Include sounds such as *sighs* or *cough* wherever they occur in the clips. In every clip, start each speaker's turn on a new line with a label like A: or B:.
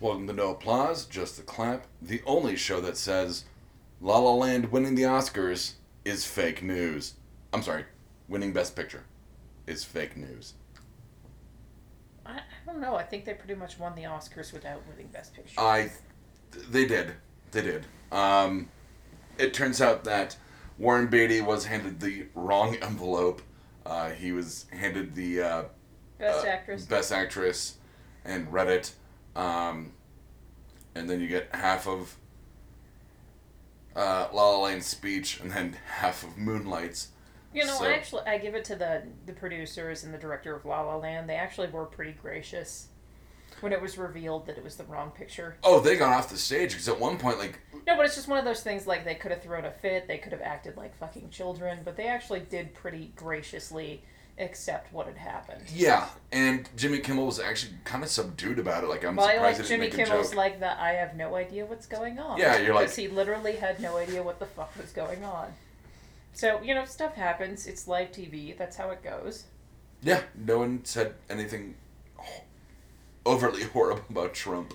A: Welcome to No Applause, Just the Clap, the only show that says La La Land winning the Oscars is fake news. I'm sorry, winning Best Picture is fake news.
B: I, I don't know. I think they pretty much won the Oscars without winning Best Picture.
A: I, they did, they did. Um, it turns out that Warren Beatty was handed the wrong envelope. Uh, he was handed the uh,
B: Best
A: uh,
B: Actress.
A: Best Actress, and Reddit. Um, and then you get half of uh, La La Land's speech, and then half of Moonlight's.
B: you know,
A: so-
B: I actually I give it to the the producers and the director of La La Land. They actually were pretty gracious when it was revealed that it was the wrong picture.
A: Oh, they got off the stage because at one point, like,
B: No, but it's just one of those things like they could have thrown a fit, they could have acted like fucking children, but they actually did pretty graciously accept what had happened.
A: yeah, and Jimmy Kimmel was actually kind of subdued about it. Like, I'm
B: Well, I
A: surprised
B: like
A: they
B: Jimmy
A: didn't make a
B: Kimmel's
A: joke.
B: like the I have no idea what's going on.
A: Yeah, you're like-
B: because he literally had no idea what the fuck was going on. So you know, stuff happens. It's live TV. That's how it goes.
A: yeah, no one said anything ho- overtly *laughs* horrible about Trump.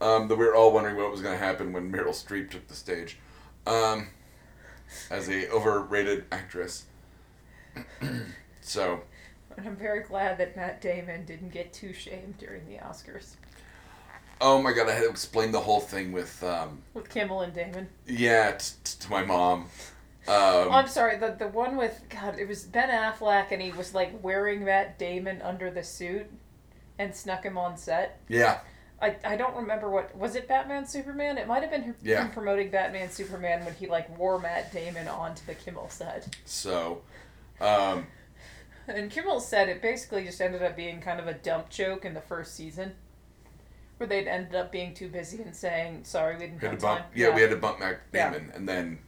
A: Um, that we were all wondering what was going to happen when Meryl Streep took the stage, um, as a overrated actress. *clears throat* so.
B: And I'm very glad that Matt Damon didn't get too shamed during the Oscars
A: Oh my god, I had to explain the whole thing with, um,
B: with Kimmel and Damon.
A: yeah, t- t- to my mom.
B: Oh,
A: Um,
B: I'm sorry. The the one with God, it was Ben Affleck, and he was like wearing Matt Damon under the suit, and snuck him on set.
A: yeah,
B: I, I don't remember what was it Batman Superman. It might have been him
A: Yeah.
B: him promoting Batman Superman when he like wore Matt Damon onto the Kimmel set.
A: so, um,
B: And Kimmel said it basically just ended up being kind of a dump joke in the first season, where they'd ended up being too busy and saying sorry we didn't
A: we had
B: have
A: to bump,
B: time.
A: yeah, we had to bump Matt
B: Yeah.
A: Damon, and then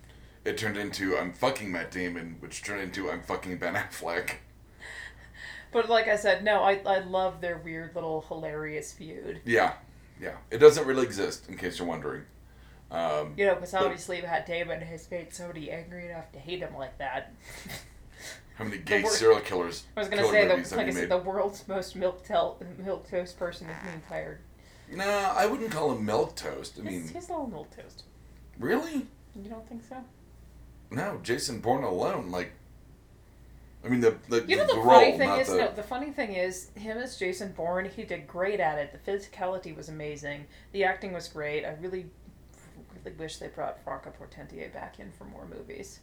A: it turned into I'm fucking Matt Damon, which turned into I'm fucking Ben Affleck.
B: But like I said, no, I I love their weird little hilarious feud.
A: Yeah, yeah, it doesn't really exist, in case you're wondering. Um,
B: You know, because obviously Matt Damon has made somebody angry enough to hate him like that. *laughs*
A: how many gay
B: wor-
A: serial killers?
B: I was gonna
A: killer
B: say the
A: movies have
B: like I
A: you made?
B: said, the world's most milk tel- milk toast person is the entire
A: Nah, I wouldn't call him milk toast. I
B: He's,
A: mean,
B: he's a little milk toast.
A: really?
B: You don't think so?
A: No, Jason Bourne alone, like, I mean the the,
B: You know
A: the,
B: the
A: role,
B: funny thing
A: not
B: is
A: the
B: no. The funny thing is him as Jason Bourne. He did great at it. The physicality was amazing. The acting was great. I really, really wish they brought Franco Portentier back in for more movies.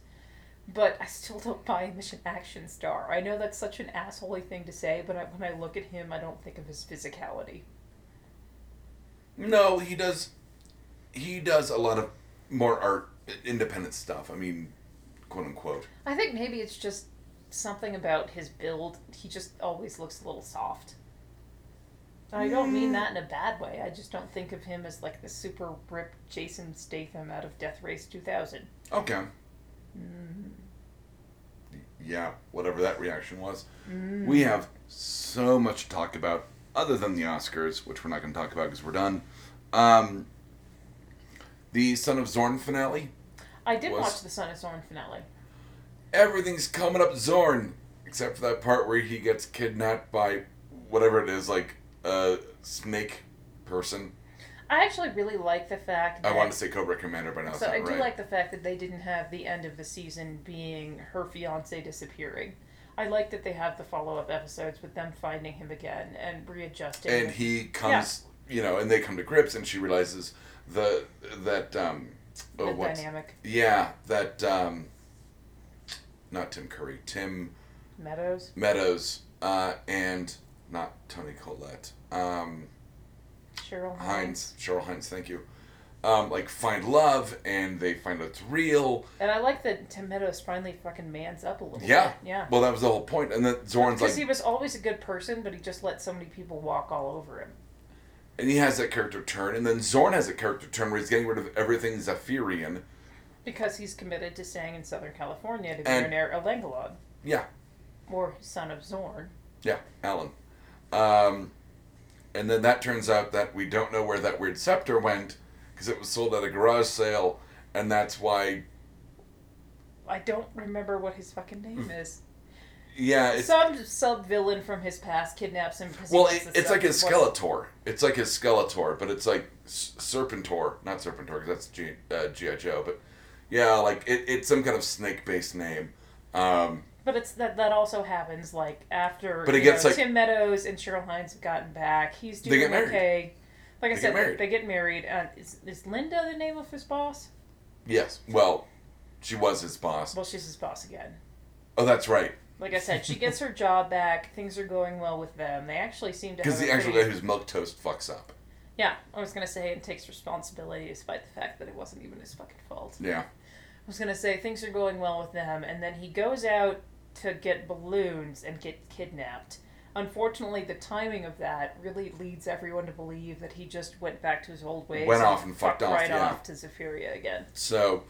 B: But I still don't buy him as an action star. I know that's such an assholey thing to say, but I, when I look at him, I don't think of his physicality.
A: No, he does. He does a lot of more art, independent stuff. I mean, quote unquote.
B: I think maybe it's just something about his build. He just always looks a little soft. I don't mean that in a bad way. I just don't think of him as like the super ripped Jason Statham out of Death Race 2000.
A: Okay. Yeah, whatever that reaction was.
B: Mm.
A: We have so much to talk about, other than the Oscars, which we're not going to talk about because we're done. Um, the Son of Zorn finale.
B: I did
A: Was-
B: watch the Son of Zorn finale.
A: Everything's coming up Zorn, except for that part where he gets kidnapped by whatever it is, like a snake person.
B: I actually really like the fact that
A: I wanted to say Cobra Commander, but now it's
B: so
A: not
B: I do
A: right.
B: like the fact that they didn't have the end of the season being her fiance disappearing. I like that they have the follow up episodes with them finding him again and readjusting.
A: and he comes, you know, and they come to grips, and she realizes the that um,
B: the
A: oh, what's
B: dynamic
A: yeah that um, not Tim Curry, Tim
B: Meadows.
A: Meadows, uh, and not Tony Collette, um,
B: Cheryl
A: Hines, Cheryl Hines, thank you. Um, like find love, and they find out it's real.
B: And I like that Tim Meadows finally fucking mans up a little
A: Yeah.
B: bit. Yeah.
A: Well, that was the whole point, and then Zorn's like,
B: Because he was always a good person, but he just let so many people walk all over him.
A: and he has that character turn, and then Zorn has a character turn where he's getting rid of everything Zephyrian.
B: Because he's committed to staying in Southern California to be
A: And-
B: an heir of Langalod,
A: Yeah,
B: or son of Zorn.
A: Yeah, Alan. Um, and then that turns out that we don't know where that weird scepter went because it was sold at a garage sale, and that's why
B: I don't remember what his fucking name is.
A: yeah, Hmm. it's
B: Some sub villain from his past kidnaps him. because he
A: well,
B: wants
A: it,
B: to
A: it's
B: sell
A: like his
B: his-
A: Skeletor. It's like his Skeletor, but it's like S- Serpentor, not Serpentor, because that's G, uh, GI Joe. But yeah, like it, it's some kind of snake-based name. Um,
B: But it's that that also happens like after.
A: But it
B: you
A: gets,
B: know,
A: like-
B: Tim Meadows and Cheryl Hines have gotten back. He's
A: They
B: doing
A: get married.
B: okay. Like I
A: They get
B: said,
A: married.
B: they get married. Uh, is, is Linda the name of his boss?
A: yes. Well, she was his boss.
B: Well, she's his boss again.
A: Oh, that's right.
B: Like I said, she gets her job back. Things are going well with them. They actually seem to have
A: Because the
B: a
A: actual guy
B: pretty-
A: who's milk toast fucks up.
B: Yeah, I was gonna say it takes responsibility despite the fact that it wasn't even his fucking fault.
A: Yeah.
B: I was gonna say things are going well with them, and then he goes out to get balloons and get kidnapped. Unfortunately, the timing of that really leads everyone to believe that he just went back to his old ways.
A: Went
B: and
A: off and fucked off,
B: right
A: yeah.
B: off to Zephyria again.
A: So,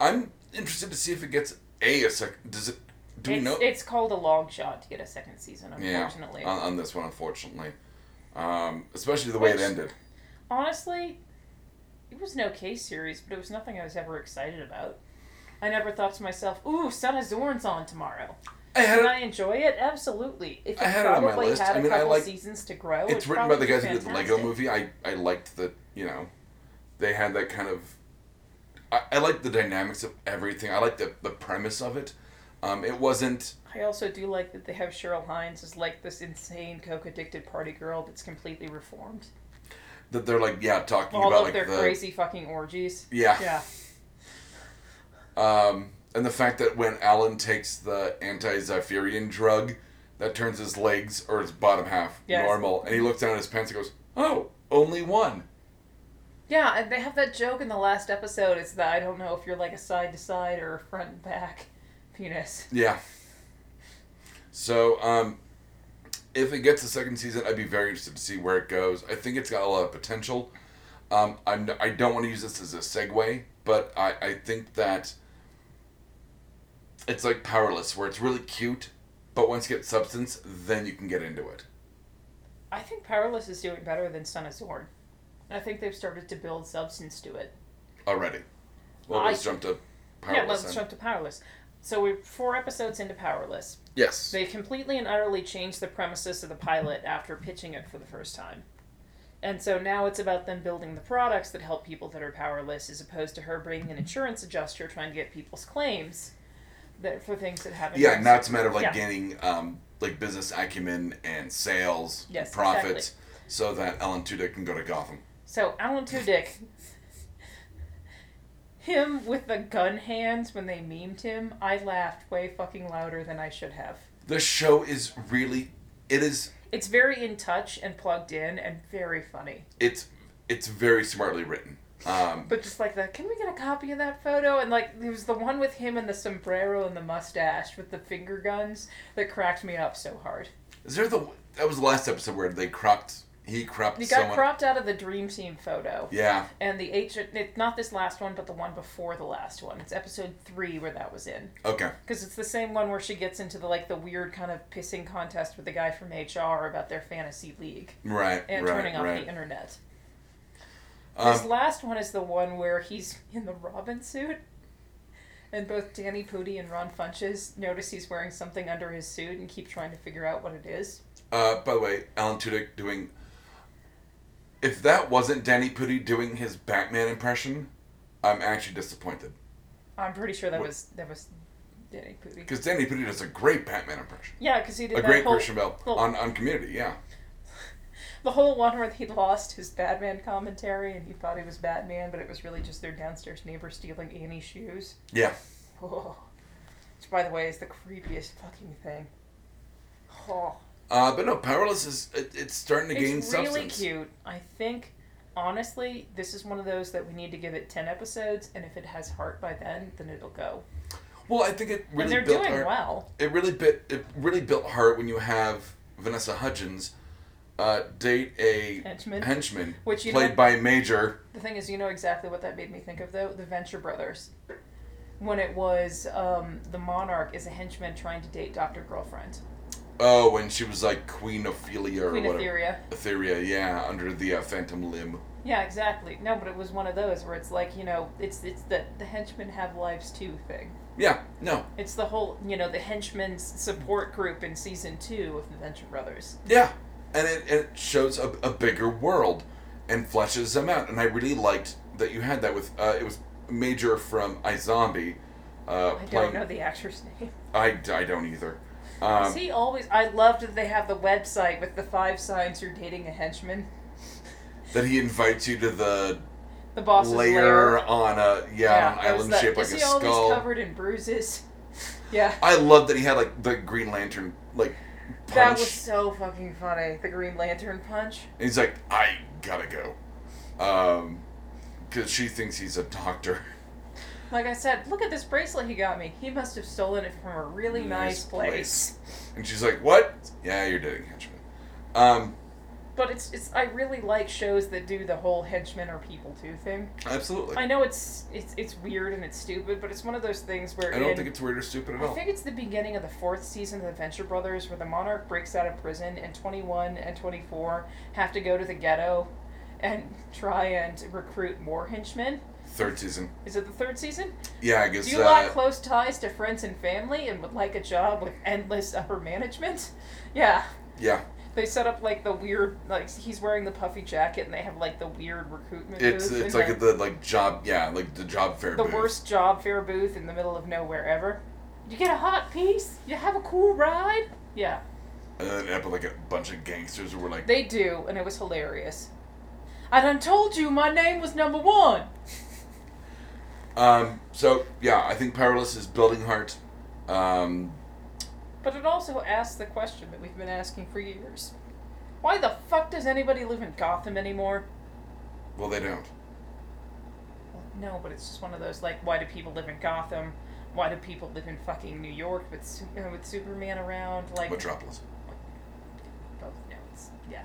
A: I'm interested to see if it gets a a sec. Does it? Do we
B: it's,
A: know
B: it's called a long shot to get a second season.
A: Yeah.
B: Unfortunately,
A: on, on this one? Unfortunately, um, especially the way it
B: Which-
A: ended.
B: honestly, it was an okay series, but it was nothing I was ever excited about. I never thought to myself, "Ooh, Son of Zorn's on tomorrow."
A: I had
B: Did
A: it
B: I enjoy it? Absolutely. If
A: I
B: it
A: had it on
B: probably
A: my list.
B: had a
A: I mean, I
B: couple
A: like-
B: seasons to grow.
A: it's
B: it'd
A: written by the
B: probably
A: guys
B: be
A: who did the Lego
B: fantastic.
A: movie. I, I liked the, you know, they had that kind of. I, I liked the dynamics of everything. I liked the, the premise of it. Um, it wasn't.
B: I also do like that they have Cheryl Hines as like this insane coke addicted party girl that's completely reformed.
A: that they're like, yeah, talking
B: All
A: about
B: of
A: like
B: their
A: the.
B: crazy fucking orgies.
A: Yeah.
B: Yeah.
A: Um, and the fact that when Alan takes the anti Zyphirian drug, that turns his legs or his bottom half
B: Yes.
A: normal. And he looks down at his pants and goes, oh, only one.
B: Yeah, and they have that joke in the last episode. It's that I don't know if you're like a side to side or a front and back penis.
A: Yeah. So, um, if it gets a second season, I'd be very interested to see where it goes. I think it's got a lot of potential. Um, I'm, I don't want to use this as a segue, but I, I think that it's like Powerless, where it's really cute, but once you get substance, then you can get into it.
B: I think Powerless is doing better than Son of Zorn. I think they've started to build substance to it.
A: already. Well,
B: I-
A: let's jump to Powerless.
B: Yeah, let's
A: then.
B: jump to Powerless. So we're four episodes into Powerless.
A: Yes.
B: They completely and utterly changed the premises of the pilot after pitching it for the first time. And so now it's about them building the products that help people that are powerless, as opposed to her bringing an insurance adjuster trying to get people's claims that for things that haven't.
A: yeah, now it's a matter of like
B: Yeah.
A: gaining um, like business acumen and sales,
B: Yes,
A: and profits, so that Ellen Tudyk can go to Gotham.
B: So Alan Tudyk, him with the gun hands when they memed him, I laughed way fucking louder than I should have.
A: The show is really, it is,
B: It's very in touch and plugged in and very funny.
A: it's, it's very smartly written. Um,
B: But just like that, can we get a copy of that photo? And like, there was the one with him and the sombrero and the mustache with the finger guns that cracked me up so hard.
A: is there the that was the last episode where they cropped he cropped
B: He got
A: someone?
B: cropped out of the dream team photo,
A: Yeah,
B: and the H. It's not this last one, but the one before the last one. It's episode three where that was in,
A: okay,
B: because it's the same one where she gets into the like the weird kind of pissing contest with the guy from HR about their fantasy league
A: right,
B: and
A: right,
B: turning off the
A: right.
B: internet. This
A: Um,
B: last one is the one where he's in the Robin suit, and both Danny Pudi and Ron Funches notice he's wearing something under his suit and keep trying to figure out what it is.
A: Uh, by the way, Alan Tudyk doing. If that wasn't Danny Pudi doing his Batman impression, I'm actually disappointed
B: I'm pretty sure that
A: What-
B: was that was Danny Pudi.
A: because Danny Pudi does a great Batman impression,
B: Yeah, because he did
A: a
B: that
A: great
B: whole,
A: Christian Bale
B: well-
A: on on Community. Yeah,
B: *laughs* the whole one where he lost his Batman commentary and he thought he was Batman, but it was really just their downstairs neighbor stealing Annie's shoes.
A: yeah.
B: Oh. Which, by the way, is the creepiest fucking thing. Oh.
A: Uh, but no, Powerless is it, it's starting to gain
B: it's really
A: substance.
B: cute. I think, honestly, this is one of those that we need to give it ten episodes, and if it has heart by then, then it'll go.
A: Well, I think it
B: and
A: really
B: they're
A: built
B: doing
A: heart.
B: well.
A: It really bit it really built heart when you have Vanessa Hudgens uh, date a
B: Henchman.
A: henchman
B: Which, you
A: played
B: know-
A: by Major.
B: The thing is, you know exactly what that made me think of though the Venture Brothers, when it was um, the Monarch is a henchman trying to date Doctor Girlfriend
A: Oh, when she was like Queen Ophelia or
B: Queen
A: whatever.
B: Etheria.
A: Etheria, yeah, under the uh, Phantom Limb.
B: Yeah, exactly. No, but it was one of those where it's like you know, it's it's the the henchmen have lives too thing.
A: Yeah, no.
B: It's the whole, you know, the henchman's support group in season two of the Venture Brothers.
A: Yeah. And it, it shows a, a bigger world and fleshes them out. And I really liked that you had that with, uh, it was Major from iZombie. Uh,
B: I
A: playing-
B: don't know the actor's name.
A: I, I don't either.
B: Is
A: Um,
B: he always? I loved that they have the website with the five signs you're dating a henchman.
A: that he invites you to the
B: The boss's lair.
A: layer on a yeah, on an
B: there's
A: island
B: that-
A: shaped like
B: is
A: a
B: he always
A: skull.
B: covered in bruises? *laughs* Yeah.
A: I love that he had like the Green Lantern like punch.
B: That was so fucking funny. The Green Lantern punch.
A: And he's like, I gotta go, Um 'cause because she thinks he's a doctor. *laughs*
B: Like I said, look at this bracelet he got me. He must have stolen it from a really nice, place.
A: And she's like, what? Yeah, you're dating henchman. Um,
B: But it's it's I really like shows that do the whole henchmen are people too thing.
A: absolutely.
B: I know it's it's it's weird and it's stupid, but it's one of those things where
A: I don't
B: in-
A: think it's weird or stupid at
B: I
A: all.
B: think it's the beginning of the fourth season of the Venture Brothers where the Monarch breaks out of prison and 21 and 24 have to go to the ghetto and *laughs* try and recruit more henchmen.
A: Third season.
B: Is it the third season?
A: Yeah, I guess.
B: Do you
A: uh,
B: lack close ties to friends and family and would like a job with endless upper management? *laughs* Yeah.
A: yeah,
B: They set up like the weird, like he's wearing the puffy jacket and they have like the weird recruitment
A: it's
B: booth
A: it's
B: and
A: like at the like job. Yeah, like the job fair.
B: the
A: booth.
B: worst job fair booth in the middle of nowhere ever. You get a hot piece? You have a cool ride? Yeah.
A: And then it ended up with like a bunch of gangsters who were like,
B: They do, and it was hilarious. I done told you my name was number one.
A: Um, so yeah, I think Powerless is building heart. Um,
B: But it also asks the question that we've been asking for years. Why the fuck does anybody live in Gotham anymore?
A: well, they don't.
B: Well, No, but it's just one of those like, why do people live in Gotham? Why do people live in fucking New York with Su- uh, with Superman around? Like
A: Metropolis.
B: both. No, it's yeah.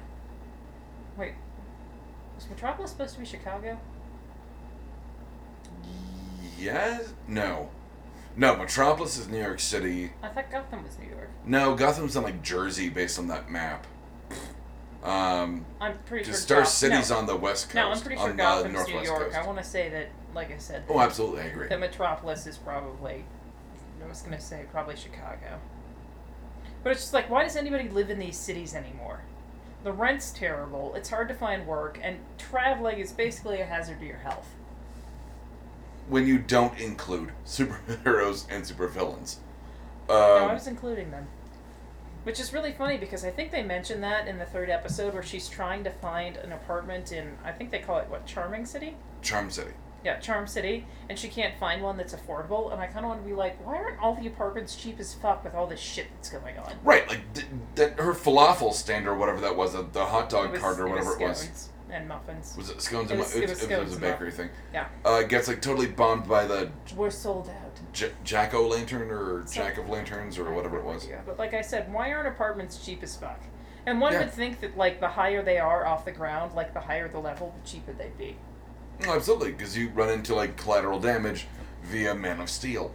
B: Wait, was Metropolis supposed to be Chicago?
A: Yes. No. No, Metropolis is New York City.
B: I thought Gotham was New York.
A: No, Gotham's on like Jersey based on that map. Um,
B: I'm pretty
A: 'cause
B: sure.
A: Star
B: Goth-
A: City's
B: no.
A: on the west coast.
B: No, I'm pretty sure
A: on
B: Gotham's
A: the
B: New
A: northwest
B: York. I
A: coast.
B: want to say that, like I said,
A: Oh, absolutely, I agree.
B: that Metropolis is probably. I was gonna say probably Chicago. But it's just like, why does anybody live in these cities anymore? The rent's terrible. It's hard to find work, and traveling is basically a hazard to your health.
A: When you don't include *laughs* superheroes and supervillains. Um,
B: no, I was including them. Which is really funny because I think they mentioned that in the third episode where she's trying to find an apartment in I think they call it what Charming City.
A: Charm City.
B: Yeah, Charm City, and she can't find one that's affordable. And I kind of want to be like, why aren't all the apartments cheap as fuck with all this shit that's going on?
A: Right, like th- that her falafel stand or whatever that was, the, the hot dog cart or whatever it was.
B: scones and muffins.
A: Was it scones?
B: It
A: and
B: was-
A: mu-
B: it was scones
A: a
B: and mu-
A: bakery thing.
B: Yeah,
A: Uh, gets like totally bombed by the
B: we're sold out.
A: j- jack o' lantern or
B: So-
A: jack of lanterns or whatever it was.
B: Yeah, but like I said, why aren't apartments cheap as fuck? And one
A: Yeah.
B: would think that like the higher they are off the ground, like the higher the level, the cheaper they'd be.
A: No, Oh, absolutely, because you run into like collateral damage via Man of Steel.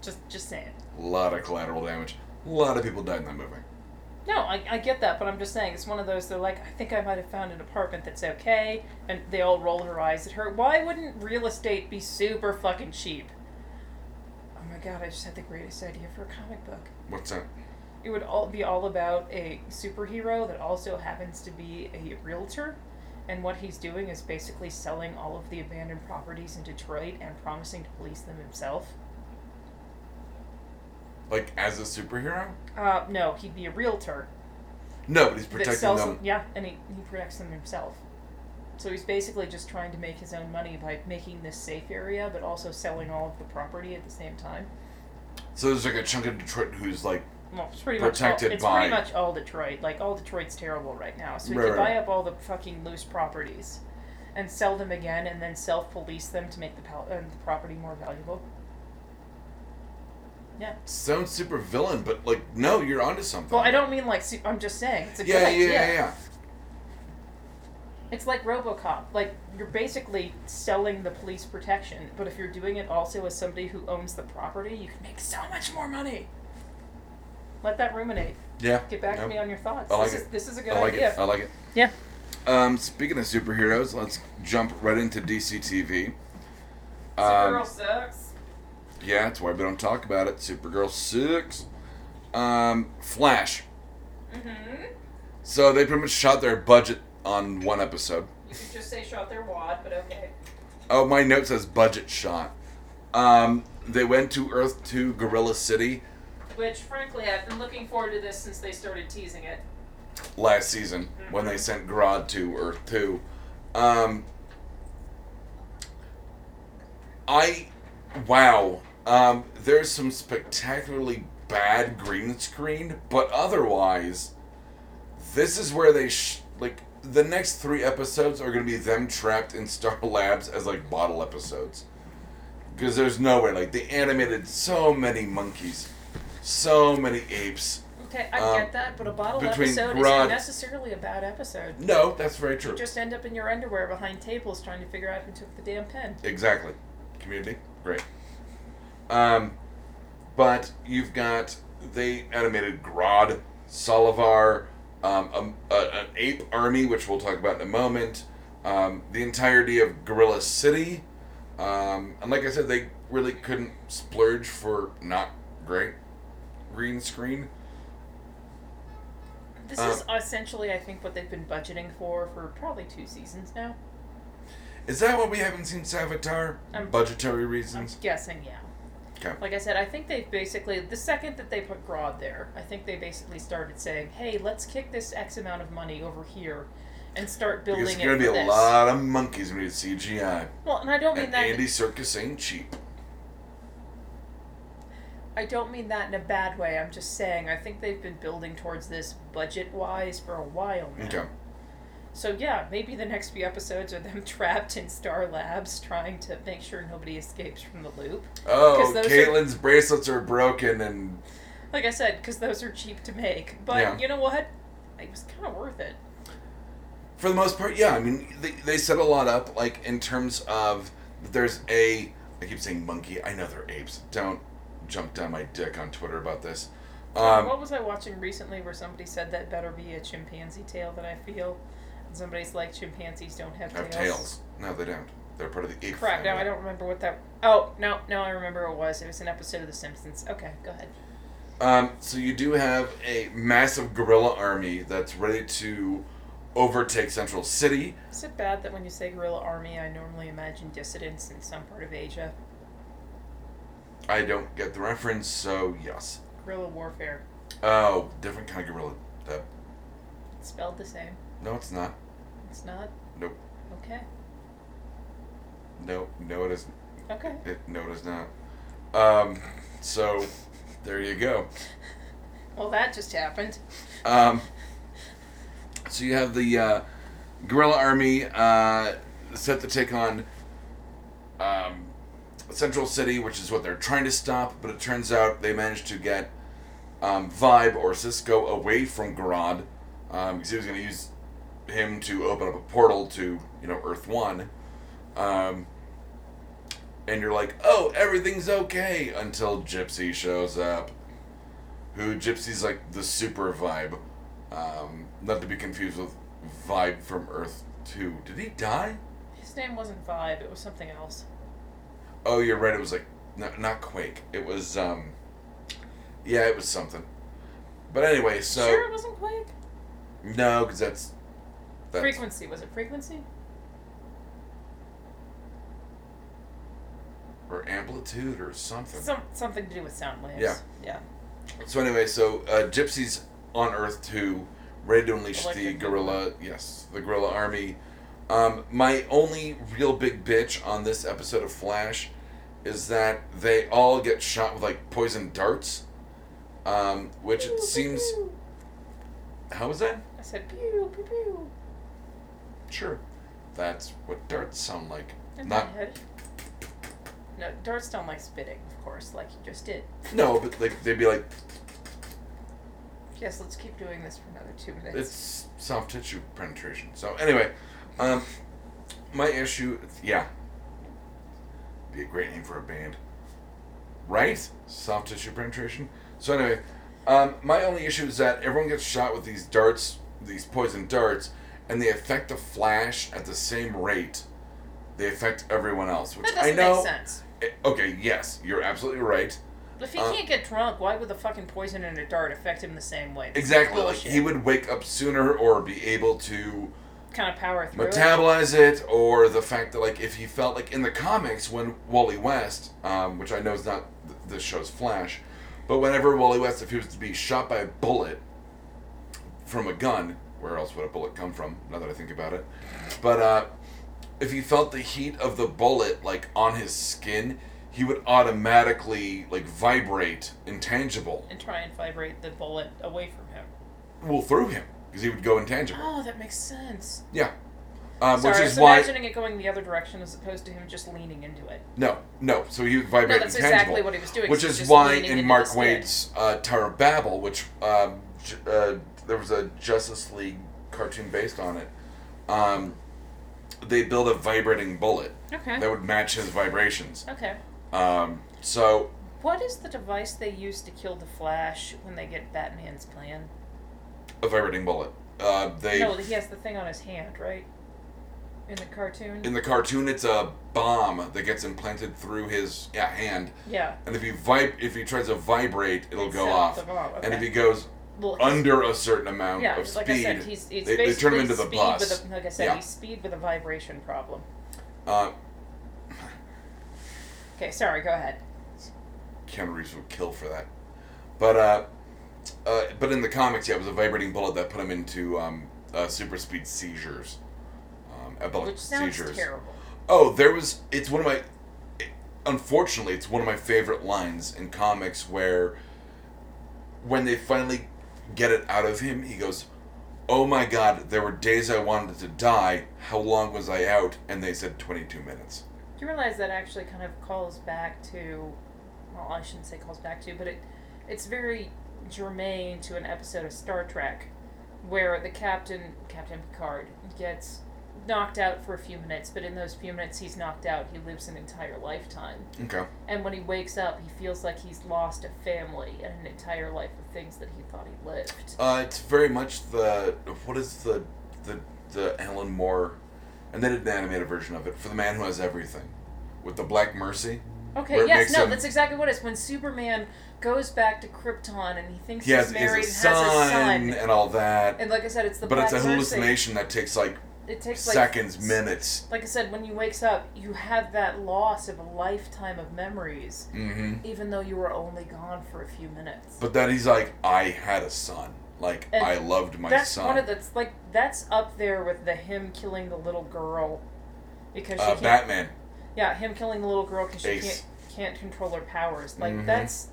B: Just, just saying.
A: A lot of collateral damage. A lot of people died in that movie.
B: No, I, I get that, but I'm just saying it's one of those. They're like, I think I might have found an apartment that's okay, and they all roll her eyes at her. Why wouldn't real estate be super fucking cheap? Oh my god, I just had the greatest idea for a comic book.
A: What's that?
B: It would all be all about a superhero that also happens to be a realtor, and what he's doing is basically selling all of the abandoned properties in Detroit and promising to police them himself.
A: Like as a superhero?
B: Uh, no, he'd be a realtor
A: No, but he's
B: that
A: protecting
B: sells
A: them.
B: Yeah, and he, he protects them himself. So he's basically just trying to make his own money by making this safe area, but also selling all of the property at the same time.
A: So there's like a chunk of Detroit who's like,
B: Well, it's pretty
A: Protected
B: much all, it's
A: by-
B: pretty much all Detroit. Like all Detroit's terrible right now, so he
A: Right,
B: could
A: right.
B: buy up all the fucking loose properties, and sell them again, and then self police them to make the pal- uh, the property more valuable. Yeah.
A: sounds super villain, but like, no, you're onto something.
B: Well, I don't mean like. su- I'm just saying it's a good
A: Yeah, yeah,
B: idea.
A: yeah, yeah.
B: It's like RoboCop. Like you're basically selling the police protection, but if you're doing it also as somebody who owns the property, you can make so much more money. Let that ruminate.
A: Yeah.
B: Get back
A: Nope.
B: to me on your thoughts.
A: I like
B: this is
A: it.
B: this is a good
A: I like
B: idea.
A: it. Uh, I like it.
B: Yeah.
A: Um, speaking of superheroes, Um, let's jump right into DC TV.
B: Supergirl
A: Um,
B: sucks.
A: Yeah, that's why we don't talk about it. Supergirl six, um, Flash.
B: Mm-hmm.
A: So they pretty much shot their budget on one episode.
B: You could just say shot their wad, but okay.
A: Oh, my note says budget shot. Um, they went to Earth Two, Gorilla City
B: Which, frankly, I've been looking forward to this since they started teasing it.
A: last season when they sent Grodd to Earth Two. Um, I, wow, um, there's some spectacularly bad green screen, but otherwise, this is where they sh- like the next three episodes are gonna be them trapped in Star *laughs* Labs as like bottle episodes. Because there's no way, like they animated so many monkeys, so many apes.
B: Okay, I
A: Um,
B: get that, but a bottle
A: between
B: episode
A: Grodd-
B: isn't necessarily a bad episode.
A: No, that's very true.
B: You just end up in your underwear behind tables trying to figure out who took the damn pen.
A: Exactly. Community. Great. Um, but you've got they animated Grodd, Salivar, um, um, a- an ape army, which we'll talk about in a moment. Um, the entirety of Gorilla City. Um, and like I said, they really couldn't splurge for not great green screen.
B: This is essentially, I think, what they've been budgeting for for probably two seasons now.
A: Is that why we haven't seen Savitar?
B: Um,
A: Budgetary
B: I'm
A: reasons.
B: guessing, yeah.
A: 'Kay.
B: Like I said, I think they've basically, the second that they put Grodd there, I think they basically started saying, hey, let's kick this X amount of money over here and start building
A: Because it's
B: it
A: going to be
B: for
A: a
B: this.
A: lot of monkeys when you CGI.
B: Well, and I don't mean
A: And
B: that.
A: Andy Circus ain't cheap.
B: I don't mean that in a bad way. I'm just saying I think they've been building towards this budget-wise for a while now.
A: Okay.
B: So yeah, maybe the next few episodes are them *laughs* trapped in Star Labs trying to make sure nobody escapes from the loop.
A: Oh,
B: 'Cause those are-
A: Caitlin's bracelets are broken, and
B: Like I said, because those are cheap to make. But
A: Yeah.
B: you know what? It was kind of worth it.
A: for the most part, yeah. I mean, they, they set a lot up, like in terms of there's a. I keep saying monkey. I know they're apes. Don't jump down my dick on Twitter about this. Um,
B: what was I watching recently where somebody said that better be a chimpanzee tail than I feel? And somebody's like, chimpanzees don't have,
A: have tails? No, they don't. They're part of the ape.
B: Crap, now
A: family.
B: I don't remember what that. Oh, no, no, I remember what it was. It was an episode of The Simpsons. Okay, go ahead.
A: Um, so you do have a massive gorilla army that's ready to overtake Central City.
B: Is it bad that when you say guerrilla army, I normally imagine dissidents in some part of Asia?
A: I don't get the reference, so yes.
B: Guerrilla warfare.
A: Oh, different kind of gorilla. Uh,
B: It's spelled the same.
A: no, it's not.
B: It's not?
A: Nope.
B: Okay.
A: No, no, it isn't.
B: Okay.
A: It, no, it is not. Um, so there you go.
B: Well, that just happened.
A: Um, so you have the uh, guerrilla army uh, set to take on um, Central City, which is what they're trying to stop. But it turns out they managed to get um, Vibe or Cisco away from Grodd um, because he was going to use him to open up a portal to you know Earth One. Um, and you're like, oh, everything's okay until Gypsy shows up who Gypsy's like the super vibe. Um, not to be confused with Vibe from Earth 2. Did he die?
B: His name wasn't Vibe, it was something else.
A: Oh, you're right. It was like, not, not Quake. It was, um, yeah, it was something. But anyway, so.
B: sure, it wasn't Quake?
A: No, because that's. that's
B: Frequency. Was it Frequency?
A: Or Amplitude or something.
B: Some, something to do with sound waves.
A: Yeah.
B: Yeah.
A: So anyway, so uh, Gypsy's on Earth two, ready to unleash the
B: Electric
A: gorilla. Yes, the gorilla army. Um, my only real big bitch on this episode of Flash is that they all get shot with like poison darts, um, which
B: Pew,
A: it
B: pew,
A: seems.
B: pew.
A: How was that?
B: I said pew, pew, pew.
A: Sure, that's what darts sound like.
B: In
A: Not
B: my head. No, darts don't like spitting, of course, like you just did.
A: no, but like they'd be like
B: Yes, let's keep doing this for another two minutes.
A: it's soft tissue penetration. So anyway, um, my issue, yeah, be a great name for a band, right? Soft tissue penetration. So anyway, um, my only issue is that everyone gets shot with these darts, these poison darts, and they affect the flash at the same rate. They affect everyone else, which
B: that
A: I
B: doesn't
A: know
B: make sense.
A: eh, okay, yes, you're absolutely right.
B: If he
A: Uh,
B: can't get drunk, why would the fucking poison in a dart affect him the same way? This is
A: Exactly. Like,
B: bullshit.
A: he would wake up sooner or be able to
B: kind of power through. it.
A: metabolize it, or the fact that, like, if he felt like in the comics when Wally West, um, which I know is not th- this show's Flash, but whenever Wally West, if he was to be shot by a bullet from a gun, where else would a bullet come from? Now that I think about it, but uh, if he felt the heat of the bullet like on his skin, he would automatically like vibrate, intangible,
B: And try and vibrate the bullet away from him.
A: well through him because he would go intangible.
B: Oh, that makes sense.
A: Yeah. Um,
B: Sorry,
A: which
B: I
A: is
B: was
A: why
B: imagining it going the other direction as opposed to him just leaning into it.
A: no, no. So he would vibrate
B: No, that's
A: intangible,
B: exactly what he was doing,
A: Which
B: he was
A: is
B: just
A: why
B: leaning
A: in
B: into the
A: Mark
B: stick.
A: Waid's uh, Tower of Babel, which um, j- uh, there was a Justice League cartoon based on it, um, they build a vibrating bullet
B: Okay.
A: that would match his vibrations.
B: Okay.
A: Um, so
B: What is the device they use to kill the Flash when they get Batman's plan?
A: a vibrating bullet. Uh, they
B: No, he has the thing on his hand, right? In the cartoon.
A: in the cartoon, it's a bomb that gets implanted through his yeah, hand,
B: yeah.
A: and if he vib- if he tries to vibrate, it'll
B: It
A: go
B: set
A: off.
B: off the bomb,
A: And if
B: okay.
A: he goes
B: Well, he's-
A: under a certain amount
B: yeah,
A: of
B: just like
A: speed,
B: I said, he's, he's
A: they,
B: basically
A: they turn him into the
B: speed
A: bus.
B: With a, like I said,
A: yeah.
B: he's speed with a vibration problem.
A: Uh,
B: Okay, sorry. Go ahead.
A: Keanu Reeves would kill for that. But uh, uh, but in the comics, yeah, it was a vibrating bullet that put him into um, uh, super speed seizures, um, epileptic
B: Which sounds
A: seizures.
B: terrible.
A: Oh, there was. It's one of my. it- unfortunately, it's one of my favorite lines in comics where, when they finally get it out of him, he goes, "Oh my God! There were days I wanted to die. How long was I out?" And they said twenty-two minutes.
B: Do you realize that actually kind of calls back to, well, I shouldn't say calls back to, but it, it's very germane to an episode of Star Trek, where the captain, Captain Picard, gets knocked out for a few minutes, but in those few minutes he's knocked out, he lives an entire lifetime.
A: Okay.
B: And when he wakes up, he feels like he's lost a family and an entire life of things that he thought he lived.
A: Uh, it's very much the what is the the the Alan Moore, and they did an animated version of it for the man who has everything, with the Black Mercy.
B: Okay,
A: Where it
B: yes,
A: makes
B: no,
A: him-
B: that's exactly what it is. When Superman goes back to Krypton and he thinks
A: He has,
B: he's
A: he has
B: married
A: a
B: and has a son.
A: son and all that,
B: And like I said, it's the
A: but
B: Black
A: it's a
B: Mercy.
A: hallucination that takes like
B: It takes like
A: seconds, minutes.
B: Like I said, when you wakes up, you have that loss of a lifetime of memories,
A: hmm
B: even though you were only gone for a few minutes.
A: But then he's like, I had a son. Like
B: And
A: I loved my
B: that's
A: son.
B: one of that's like that's up there with the him killing the little girl because she
A: uh,
B: can't.
A: Batman.
B: yeah, him killing the little girl because she
A: Ace.
B: can't can't control her powers. Like
A: Mhm.
B: that's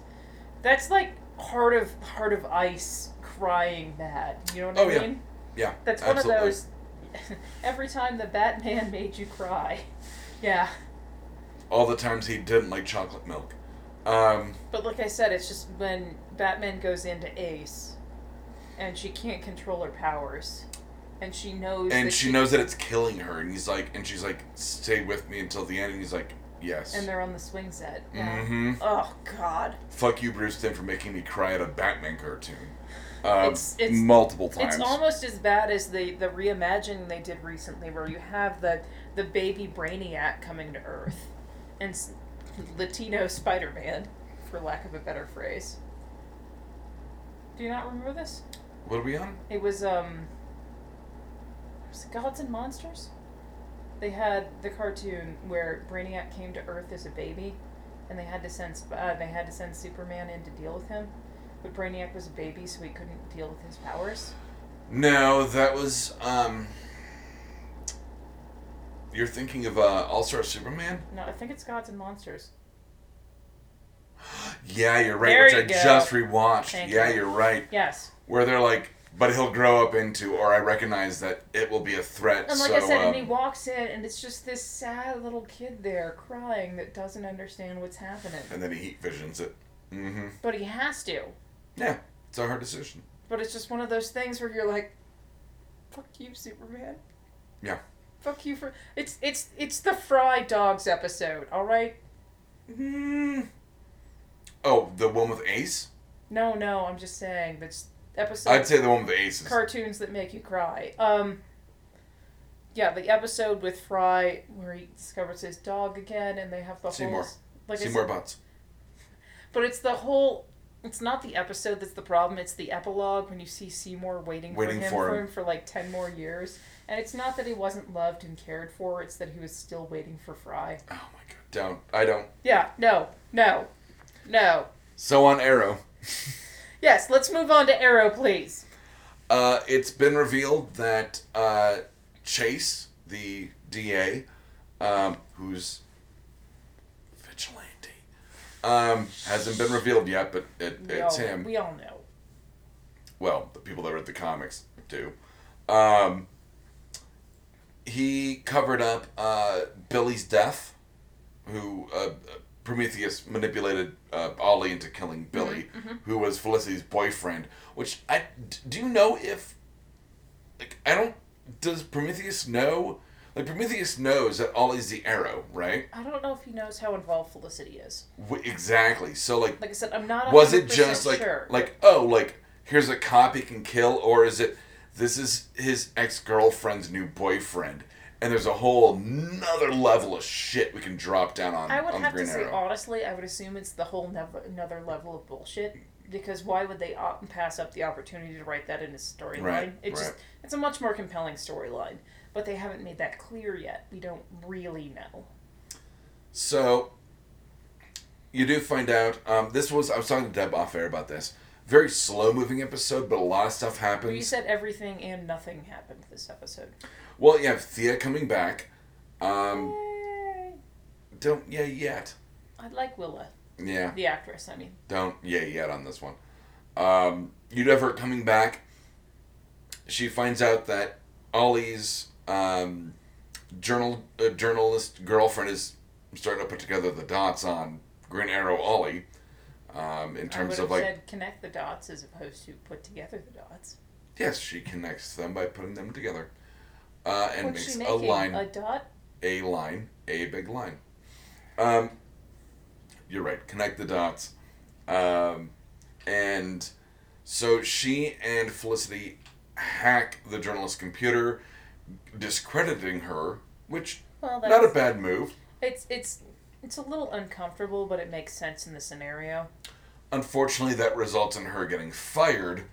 B: that's like heart of heart of ice crying mad. You know what
A: Oh,
B: I
A: yeah.
B: mean?
A: Yeah.
B: That's
A: absolutely.
B: one of those. *laughs* every time the Batman made you cry, *laughs* yeah.
A: All the times he didn't like chocolate milk. Um,
B: But like I said, it's just when Batman goes into Ace, and she can't control her powers, and she knows.
A: and
B: that
A: she knows that it's killing her, and he's like, and she's like, stay with me until the end, and he's like, yes.
B: And they're on the swing set. Yeah.
A: Mm-hmm.
B: Oh God.
A: Fuck you, Bruce Tim, for making me cry at a Batman cartoon. Um,
B: It's- it's-
A: multiple times.
B: It's almost as bad as the the reimagining they did recently, where you have the the baby Brainiac coming to Earth, and s- Latino Spider Man, for lack of a better phrase. Do you not remember this?
A: what are we on?
B: It was um was it Gods and Monsters? They had the cartoon where Brainiac came to Earth as a baby and they had to send Sp- uh, they had to send Superman in to deal with him. But Brainiac was a baby so he couldn't deal with his powers.
A: No, that was. um... You're thinking of uh, All Star Superman?
B: No, I think it's Gods and Monsters.
A: Yeah, you're right.
B: There
A: which
B: you
A: I
B: go.
A: just rewatched.
B: Thank
A: yeah,
B: you.
A: you. are right.
B: Yes.
A: Where they're like, but he'll grow up into, or I recognize that it will be a threat.
B: And like
A: so,
B: I said, and he
A: um,
B: walks in and it's just this sad little kid there crying that doesn't understand
A: *laughs*
B: what's happening.
A: and then he heat visions it. Mm-hmm.
B: But he has to.
A: Yeah, it's a hard decision.
B: But it's just one of those things where you're like, "Fuck you, Superman."
A: Yeah.
B: Fuck you for it's it's it's the Fry Dogs episode. All right.
A: Mm. Oh, the one with Ace?
B: No, no, I'm just saying that's episode
A: I'd say the one with Ace is
B: cartoons that make you cry. Um. Yeah, the episode with Fry where he discovers his dog again, and they have the
A: Seymour.
B: whole Like I
A: See more
B: said-
A: bots.
B: but it's the whole. It's not the episode that's the problem. It's the epilogue when you see Seymour waiting,
A: Waiting
B: for, him,
A: for
B: for
A: him.
B: him for like ten more years, and it's not that he wasn't loved and cared for. It's that he was still waiting for Fry.
A: Oh my god. Don't. I don't.
B: Yeah. No. No. No.
A: So on Arrow.
B: Yes. Let's move on to Arrow, please.
A: Uh, it's been revealed that uh, Chase, the DA, um, who's vigilante, um, hasn't been revealed yet, but it,
B: We
A: it's
B: all-
A: him.
B: We all know.
A: well, the people that read the comics do. Um, he covered up uh, Billy's death, who uh, Prometheus manipulated uh, Ollie into killing Billy, who was Felicity's boyfriend. Which I d- do you know if like I don't does Prometheus know like Prometheus knows that Ollie's the arrow, right?
B: I don't know if he knows how involved Felicity is.
A: W- exactly. So like
B: Like I said, I'm not.
A: was it
B: 100%
A: just like
B: sure.
A: like oh like here's a cop he can kill or is it this is his ex-girlfriend's new boyfriend and there's a whole another level of shit we can drop down on
B: I would
A: on
B: have
A: green
B: to say
A: arrow
B: honestly, I would assume it's the whole never, another level of bullshit. Because why would they op- pass up the opportunity to write that in a storyline?
A: Right,
B: It's just
A: right.
B: it's a much more compelling storyline, but they haven't made that clear yet. We don't really know.
A: so you do find out um, this was i was talking to deb off air about this very slow moving episode but a lot of stuff
B: But you
A: happens
B: said everything and nothing happened this episode.
A: well you have thea coming back um,
B: Yay.
A: don't yeah yet
B: I like Willa,
A: yeah
B: the actress. I mean,
A: don't yeah yet on this one. Um, you'd have her coming back. She finds out that Ollie's um, journal uh, journalist girlfriend is starting to put together the dots on Green Arrow Ollie. Um, in
B: I would
A: terms
B: have
A: of like,
B: said connect the dots as opposed to put together the dots.
A: yes, she connects them by putting them together, uh, and
B: What's
A: makes
B: she
A: a
B: making?
A: line,
B: A
A: a-,
B: dot?
A: line, a big line. Um, you're right. Connect the dots. Um, and so she and Felicity hack the journalist's computer, discrediting her, which
B: Well, that's
A: not a bad move.
B: It's it's it's a little uncomfortable, but it makes sense in the scenario,
A: Unfortunately, that results in her getting fired.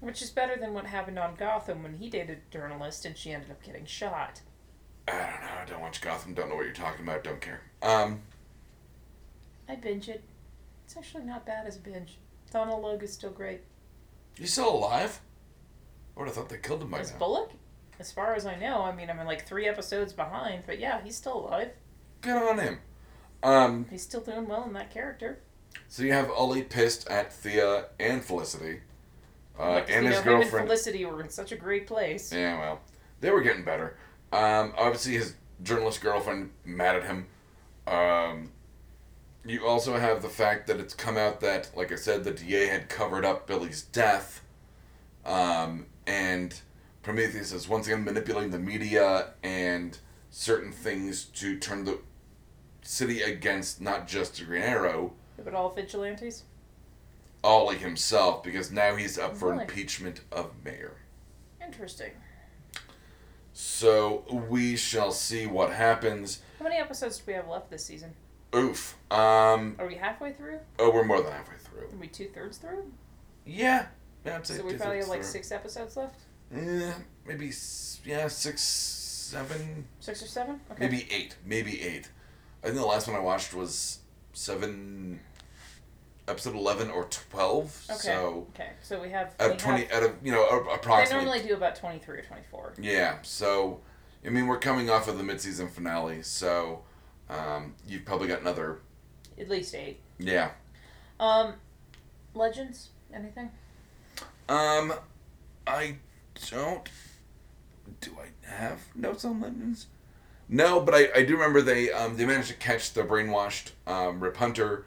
B: which is better than what happened on Gotham when he dated a journalist and she ended up getting shot.
A: I don't know. I don't watch Gotham. Don't know what you're talking about. Don't care. Um,
B: I binge it. It's actually not bad as a binge. Donald Logue is still great.
A: you still alive? I would have thought they killed him by
B: Is
A: now.
B: Bullock? As far as I know, I mean, I'm like three episodes behind, but yeah, he's still alive.
A: Good on him. Um,
B: He's still doing well in that character.
A: so you have Ollie pissed at Thea and Felicity, uh,
B: Like,
A: and his
B: you know, Him and
A: girlfriend.
B: Felicity were in such a great place.
A: Yeah, well, they were getting better. Um, obviously, his journalist girlfriend mad at him. Um, you also have the fact that it's come out that, like I said, the DA had covered up Billy's death, um, and Prometheus is once again manipulating the media and certain things to turn the city against not just the Green Arrow,
B: But all vigilantes.
A: Ollie himself, because now he's up for
B: Really?
A: impeachment of mayor.
B: Interesting.
A: So we shall see what happens.
B: How many episodes do we have left this season?
A: Oof. Um.
B: Are we halfway through?
A: Oh, we're more than halfway through.
B: Are we two thirds through?
A: Yeah. yeah I'd say
B: So we
A: two
B: probably
A: thirds
B: have like
A: through.
B: six episodes left,
A: Eh, maybe s- yeah, six, seven,
B: six or seven. Okay.
A: maybe eight, maybe eight. I think the last one I watched was seven, episode eleven or twelve.
B: Okay.
A: So
B: okay. So we have.
A: out
B: we
A: of twenty,
B: have-
A: out of you know, a-
B: they
A: approximately.
B: normally do about twenty three or twenty four.
A: Yeah. So, I mean, we're coming off of the mid-season finale, so um, you've probably got another.
B: At least eight.
A: Yeah.
B: Um, legends. Anything?
A: Um, I don't. Do I have notes on legends? No, but I, I do remember they um, they managed to catch the brainwashed um, Rip Hunter.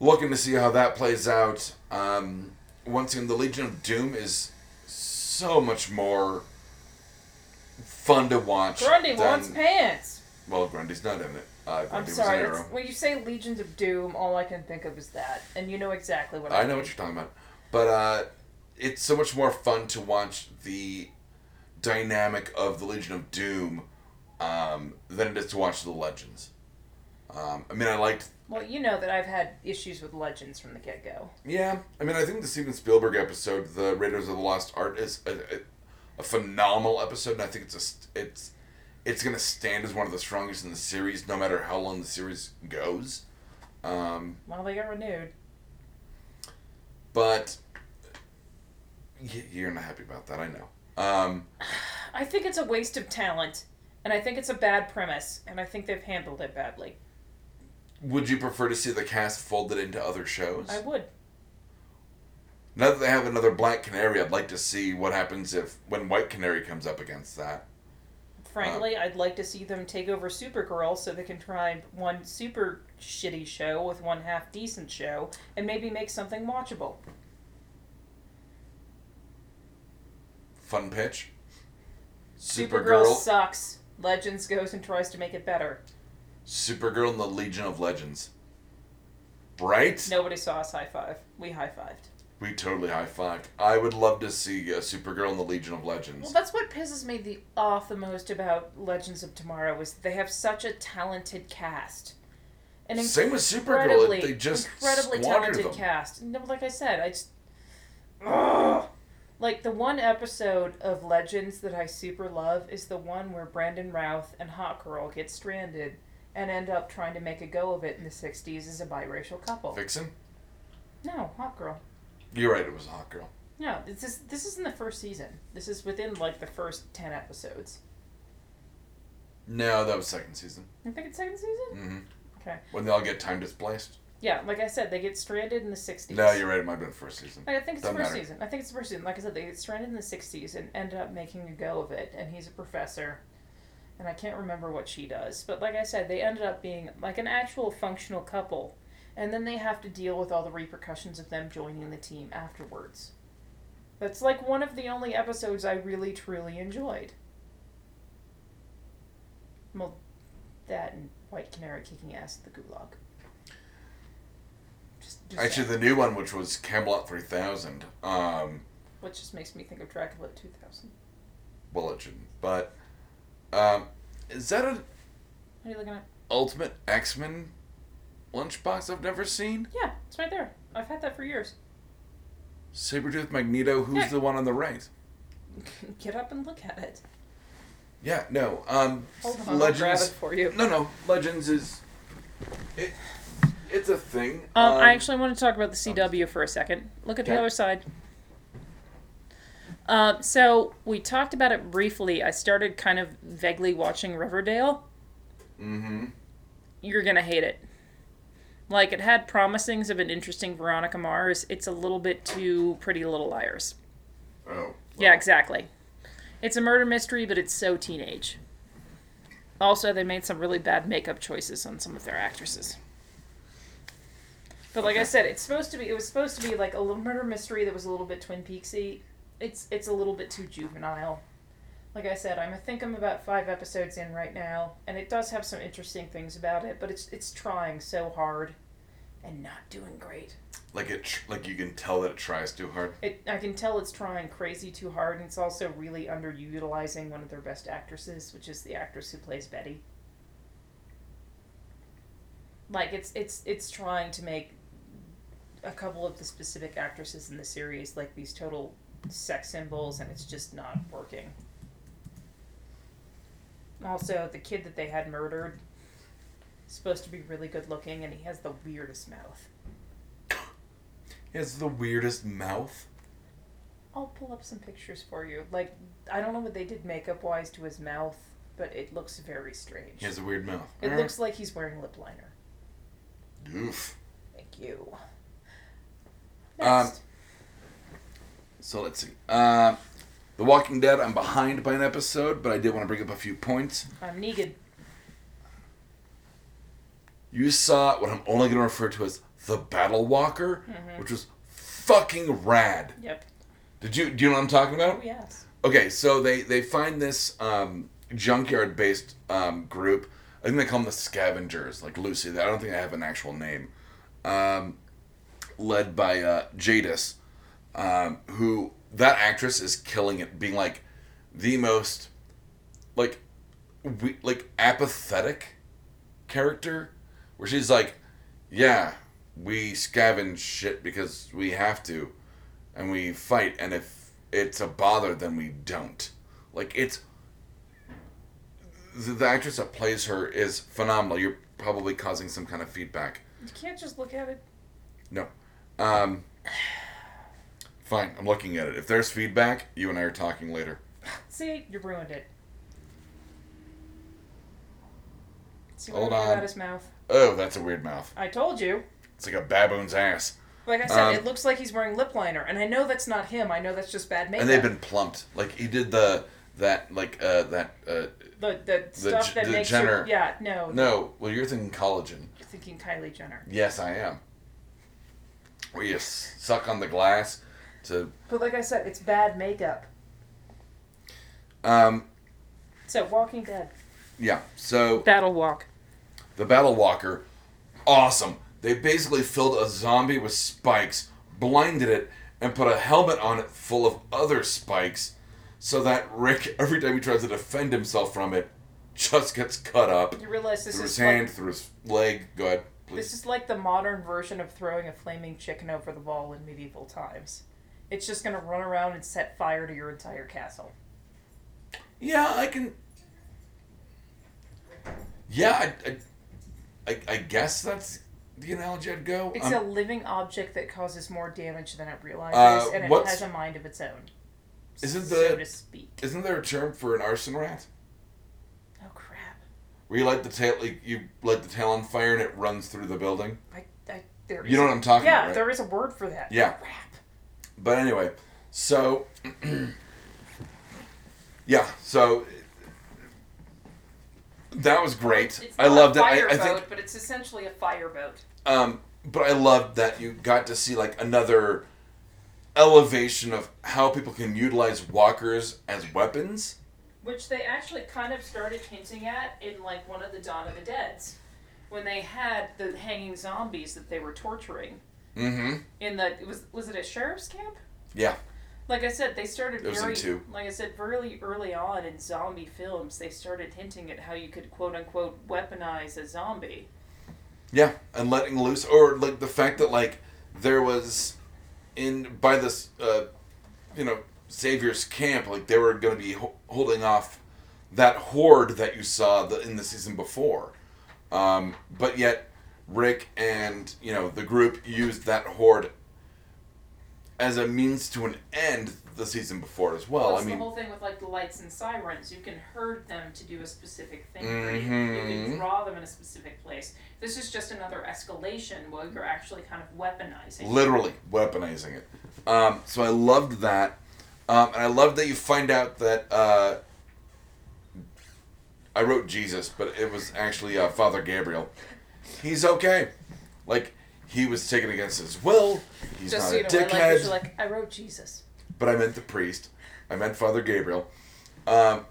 A: Looking to see how that plays out. Um, once again, the Legion of Doom is so much more fun to watch.
B: Grundy
A: than-
B: wants pants.
A: Well, Grundy's not in it. Uh, Grundy
B: I'm
A: was
B: sorry.
A: an
B: that's-
A: arrow.
B: When you say Legions of Doom, all I can think of is that, and you know exactly what I,
A: I know what
B: mean.
A: you're talking about, but uh, it's so much more fun to watch the dynamic of the Legion of Doom um, than it is to watch the Legends. Um, I mean, I liked.
B: Well, you know that I've had issues with legends from the get go.
A: Yeah, I mean, I think the Steven Spielberg episode, the Raiders of the Lost Art, is a, a, a phenomenal episode, and I think it's a st- it's it's gonna stand as one of the strongest in the series, no matter how long the series goes. Um,
B: Well, they got renewed.
A: but y- you're not happy about that, I know. Um,
B: I think it's a waste of talent, and I think it's a bad premise, and I think they've handled it badly.
A: would you prefer to see the cast folded into other shows?
B: I would.
A: Now that they have another Black Canary, I'd like to see what happens if when White Canary comes up against that.
B: Frankly, I'd like to see them take over Supergirl so they can try one super shitty show with one half decent show and maybe make something watchable.
A: Fun pitch.
B: Supergirl,
A: Supergirl,
B: sucks. Legends goes and tries to make it better.
A: Supergirl, and the Legion of Legends. Right?
B: Nobody saw us high five. We high fived.
A: We totally high fived. I would love to see uh, Supergirl and the Legion of Legends.
B: Well, that's what pisses me the off the most about Legends of Tomorrow is they have such a talented cast. An
A: Same with Supergirl.
B: incredibly,
A: they just
B: incredibly
A: squander
B: talented
A: them.
B: cast. No, like I said, I just Ugh. like the one episode of Legends that I super love is the one where Brandon Routh and Hot Girl get stranded and end up trying to make a go of it in the '60s as a biracial couple.
A: Vixen?
B: No, Hot Girl.
A: You're right, it was a hot girl.
B: No, this is this isn't the first season. This is within like the first ten episodes.
A: No, that was second season.
B: I think it's second season.
A: hmm
B: Okay.
A: When they all get time displaced.
B: Yeah, like I said, they get stranded in the '60s.
A: No, you're right, it might have been first season.
B: Like, I think it's
A: Doesn't
B: the first
A: matter.
B: season. I think it's the first season. Like I said, they get stranded in the '60s and ended up making a go of it. And he's a professor, and I can't remember what she does. But like I said, they ended up being like an actual functional couple, and then they have to deal with all the repercussions of them joining the team afterwards. That's like one of the only episodes I really truly enjoyed. Well, that and White Canary kicking ass at the gulag. Just, just
A: Actually,
B: saying.
A: the new one, which was Camelot 3000, um,
B: Which just makes me think of Dracula 2000.
A: well, it shouldn't, but um, is that an
B: What are you looking at?
A: Ultimate X Men lunchbox I've never seen?
B: Yeah, it's right there. I've had that for years. *laughs*
A: Sabretooth Magneto, who's
B: Yeah.
A: the one on the right?
B: Get up and look at it.
A: Yeah, no. Um,
B: Hold on, I'll grab it
A: Legends.
B: for you.
A: No, no. Legends is. It, it's a thing.
B: Um, I actually want to talk about the CW for a second. Look at the
A: um, Okay.
B: other side. Um, so we talked about it briefly. I started kind of vaguely watching Riverdale.
A: Mm-hmm.
B: You're gonna hate it. Like it had promisings of an interesting Veronica Mars. It's a little bit too Pretty Little Liars.
A: Oh.
B: Yeah, exactly. It's a murder mystery, but it's so teenage. Also, they made some really bad makeup choices on some of their actresses. But like I said, it's supposed to be it was supposed to be like a little murder mystery that was a little bit Twin Peaksy. It's it's a little bit too juvenile. Like I said, I'm I think I'm about five episodes in right now, and it does have some interesting things about it, but it's it's trying so hard and not doing great.
A: Like it, tr- like you can tell that it tries too hard.
B: It, I can tell it's trying crazy too hard, and it's also really underutilizing one of their best actresses, which is the actress who plays Betty. Like it's it's it's trying to make a couple of the specific actresses in the series like these total sex symbols, and it's just not working. Also, the kid that they had murdered is supposed to be really good looking, and he has the weirdest mouth.
A: He has the weirdest mouth.
B: I'll pull up some pictures for you. Like, I don't know what they did makeup wise to his mouth, but it looks very strange.
A: He has a weird mouth.
B: it
A: Alright.
B: looks like he's wearing lip liner.
A: Oof.
B: Thank you.
A: Um,
B: Next.
A: So let's see. Um, the Walking Dead. I'm behind by an episode, but I did want to bring up a few points.
B: I'm Negan.
A: You saw what I'm only going to refer to as the Battle Walker,
B: Mm-hmm.
A: which was fucking rad.
B: Yep.
A: Did you do you know what I'm talking about?
B: Oh, yes.
A: Okay, so they they find this um, junkyard based um, group. I think they call them the Scavengers, like Lucy. I don't think they have an actual name. Um, led by uh, Jadis, um, who that actress is killing it, being like the most like we, like apathetic character where she's like, "Yeah, we scavenge shit because we have to, and we fight, and if it's a bother, then we don't." Like it's the, the actress that plays her is phenomenal. You're probably causing some kind of feedback.
B: You can't just look at it.
A: No. Um, *sighs* fine, I'm looking at it. If there's feedback, you and I are talking later.
B: See, you ruined it. See
A: Hold
B: I did
A: on.
B: About his mouth.
A: Oh, that's a weird mouth.
B: I told you.
A: It's like a baboon's ass.
B: Like I said,
A: Um,
B: it looks like he's wearing lip liner, and I know that's not him. I know that's just bad makeup.
A: And they've been plumped. Like he did the that like uh that uh
B: the the stuff
A: J-
B: that
A: the
B: makes
A: Jenner-
B: you. Yeah, no,
A: no, well you're thinking collagen.
B: You're thinking Kylie Jenner.
A: Yes, I am. Where you s- suck on the glass to
B: But like I said, it's bad makeup.
A: um
B: So Walking Dead.
A: yeah. So
B: Battle Walk.
A: The Battle Walker, awesome. They basically filled a zombie with spikes, blinded it, and put a helmet on it full of other spikes, so that Rick, *laughs* every time he tries to defend himself from it, just gets cut up
B: You realize this
A: through his
B: is
A: hand,
B: like,
A: through his leg. Go ahead,
B: this
A: please.
B: is like the modern version of throwing a flaming chicken over the wall in medieval times. It's just gonna run around and set fire to your entire castle.
A: Yeah, I can. Yeah, I, I, I, I guess that's the analogy I'd go.
B: It's
A: Um,
B: a living object that causes more damage than it realizes,
A: Uh,
B: and it
A: what's-
B: has a mind of its own.
A: Isn't
B: so
A: the-
B: to speak?
A: isn't there a term for an arson rat?
B: Oh crap!
A: Where you light the tail, like you light the tail on fire and it runs through the building.
B: I, I, there
A: You
B: is-
A: know what I'm talking
B: yeah,
A: about, right?
B: there is a word for that.
A: Yeah.
B: Crap.
A: But anyway, so *clears throat* yeah, so that was great. I loved it. I, I think,
B: but it's essentially a fireboat.
A: um, but I loved that you got to see like another elevation of how people can utilize walkers as weapons.
B: which they actually kind of started hinting at in like one of the Dawn of the Dead's when they had the hanging zombies that they were torturing
A: Mm-hmm.
B: in the it was was it a sheriff's camp?
A: Yeah.
B: Like I said, they started
A: It was in
B: very
A: two.
B: like I said really early on in zombie films they started hinting at how you could quote unquote weaponize a zombie.
A: Yeah, and letting loose, or like the fact that like there was in by this, uh, you know, Savior's camp, like they were going to be ho- holding off that horde that you saw the, in the season before, um, but yet Rick and you know the group used that horde as a means to an end the season before as well.
B: Plus
A: I mean,
B: the whole thing with like the lights and sirens, you can herd them to do a specific thing for you. You
A: Mhm.
B: can draw them in a specific place. This is just another escalation where you're actually kind of weaponizing.
A: literally weaponizing it. Um, so I loved that, um, and I love that you find out that uh, I wrote Jesus, but it was actually uh, Father Gabriel. He's okay, like he was taken against his will. He's
B: Just
A: not
B: so you
A: a
B: know, I like that
A: dickhead,
B: you're like, I wrote Jesus.
A: but I meant the priest. I meant Father Gabriel. Um,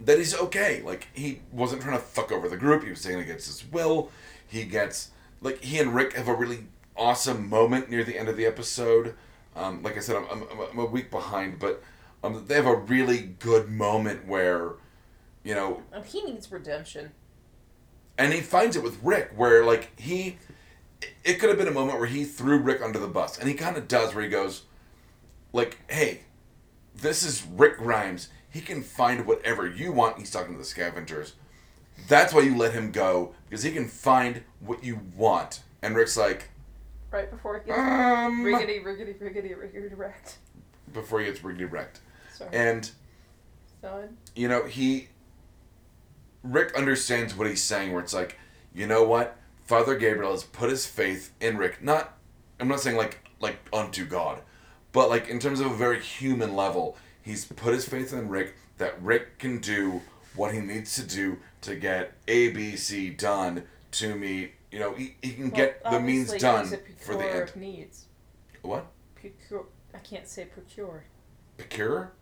A: that he's okay. Like he wasn't trying to fuck over the group. He was taken against his will. He gets like he and Rick have a really awesome moment near the end of the episode. Um, like I said, I'm, I'm, I'm a week behind, but um, they have a really good moment where, you know,
B: Oh, he needs redemption.
A: and he finds it with Rick, where like he, it could have been a moment where he threw Rick under the bus, and he kind of does, where he goes, like, "Hey, this is Rick Grimes. He can find whatever you want." He's talking to the scavengers. That's why you let him go because he can find what you want. And Rick's like,
B: Right before he gets
A: um,
B: riggedy, riggedy, riggedy, riggedy wrecked.
A: before he gets riggedy wrecked,
B: Sorry.
A: and
B: Son.
A: you know, he Rick understands what he's saying where it's like, you know what? Father Gabriel has put his faith in Rick. Not I'm not saying like like unto God, but like in terms of a very human level, he's put his faith in Rick that Rick can do what he needs to do to get A B C done to meet you know, he, he can get the means done for the end.
B: Of needs.
A: What?
B: Procure, I can't say procure.
A: Procure?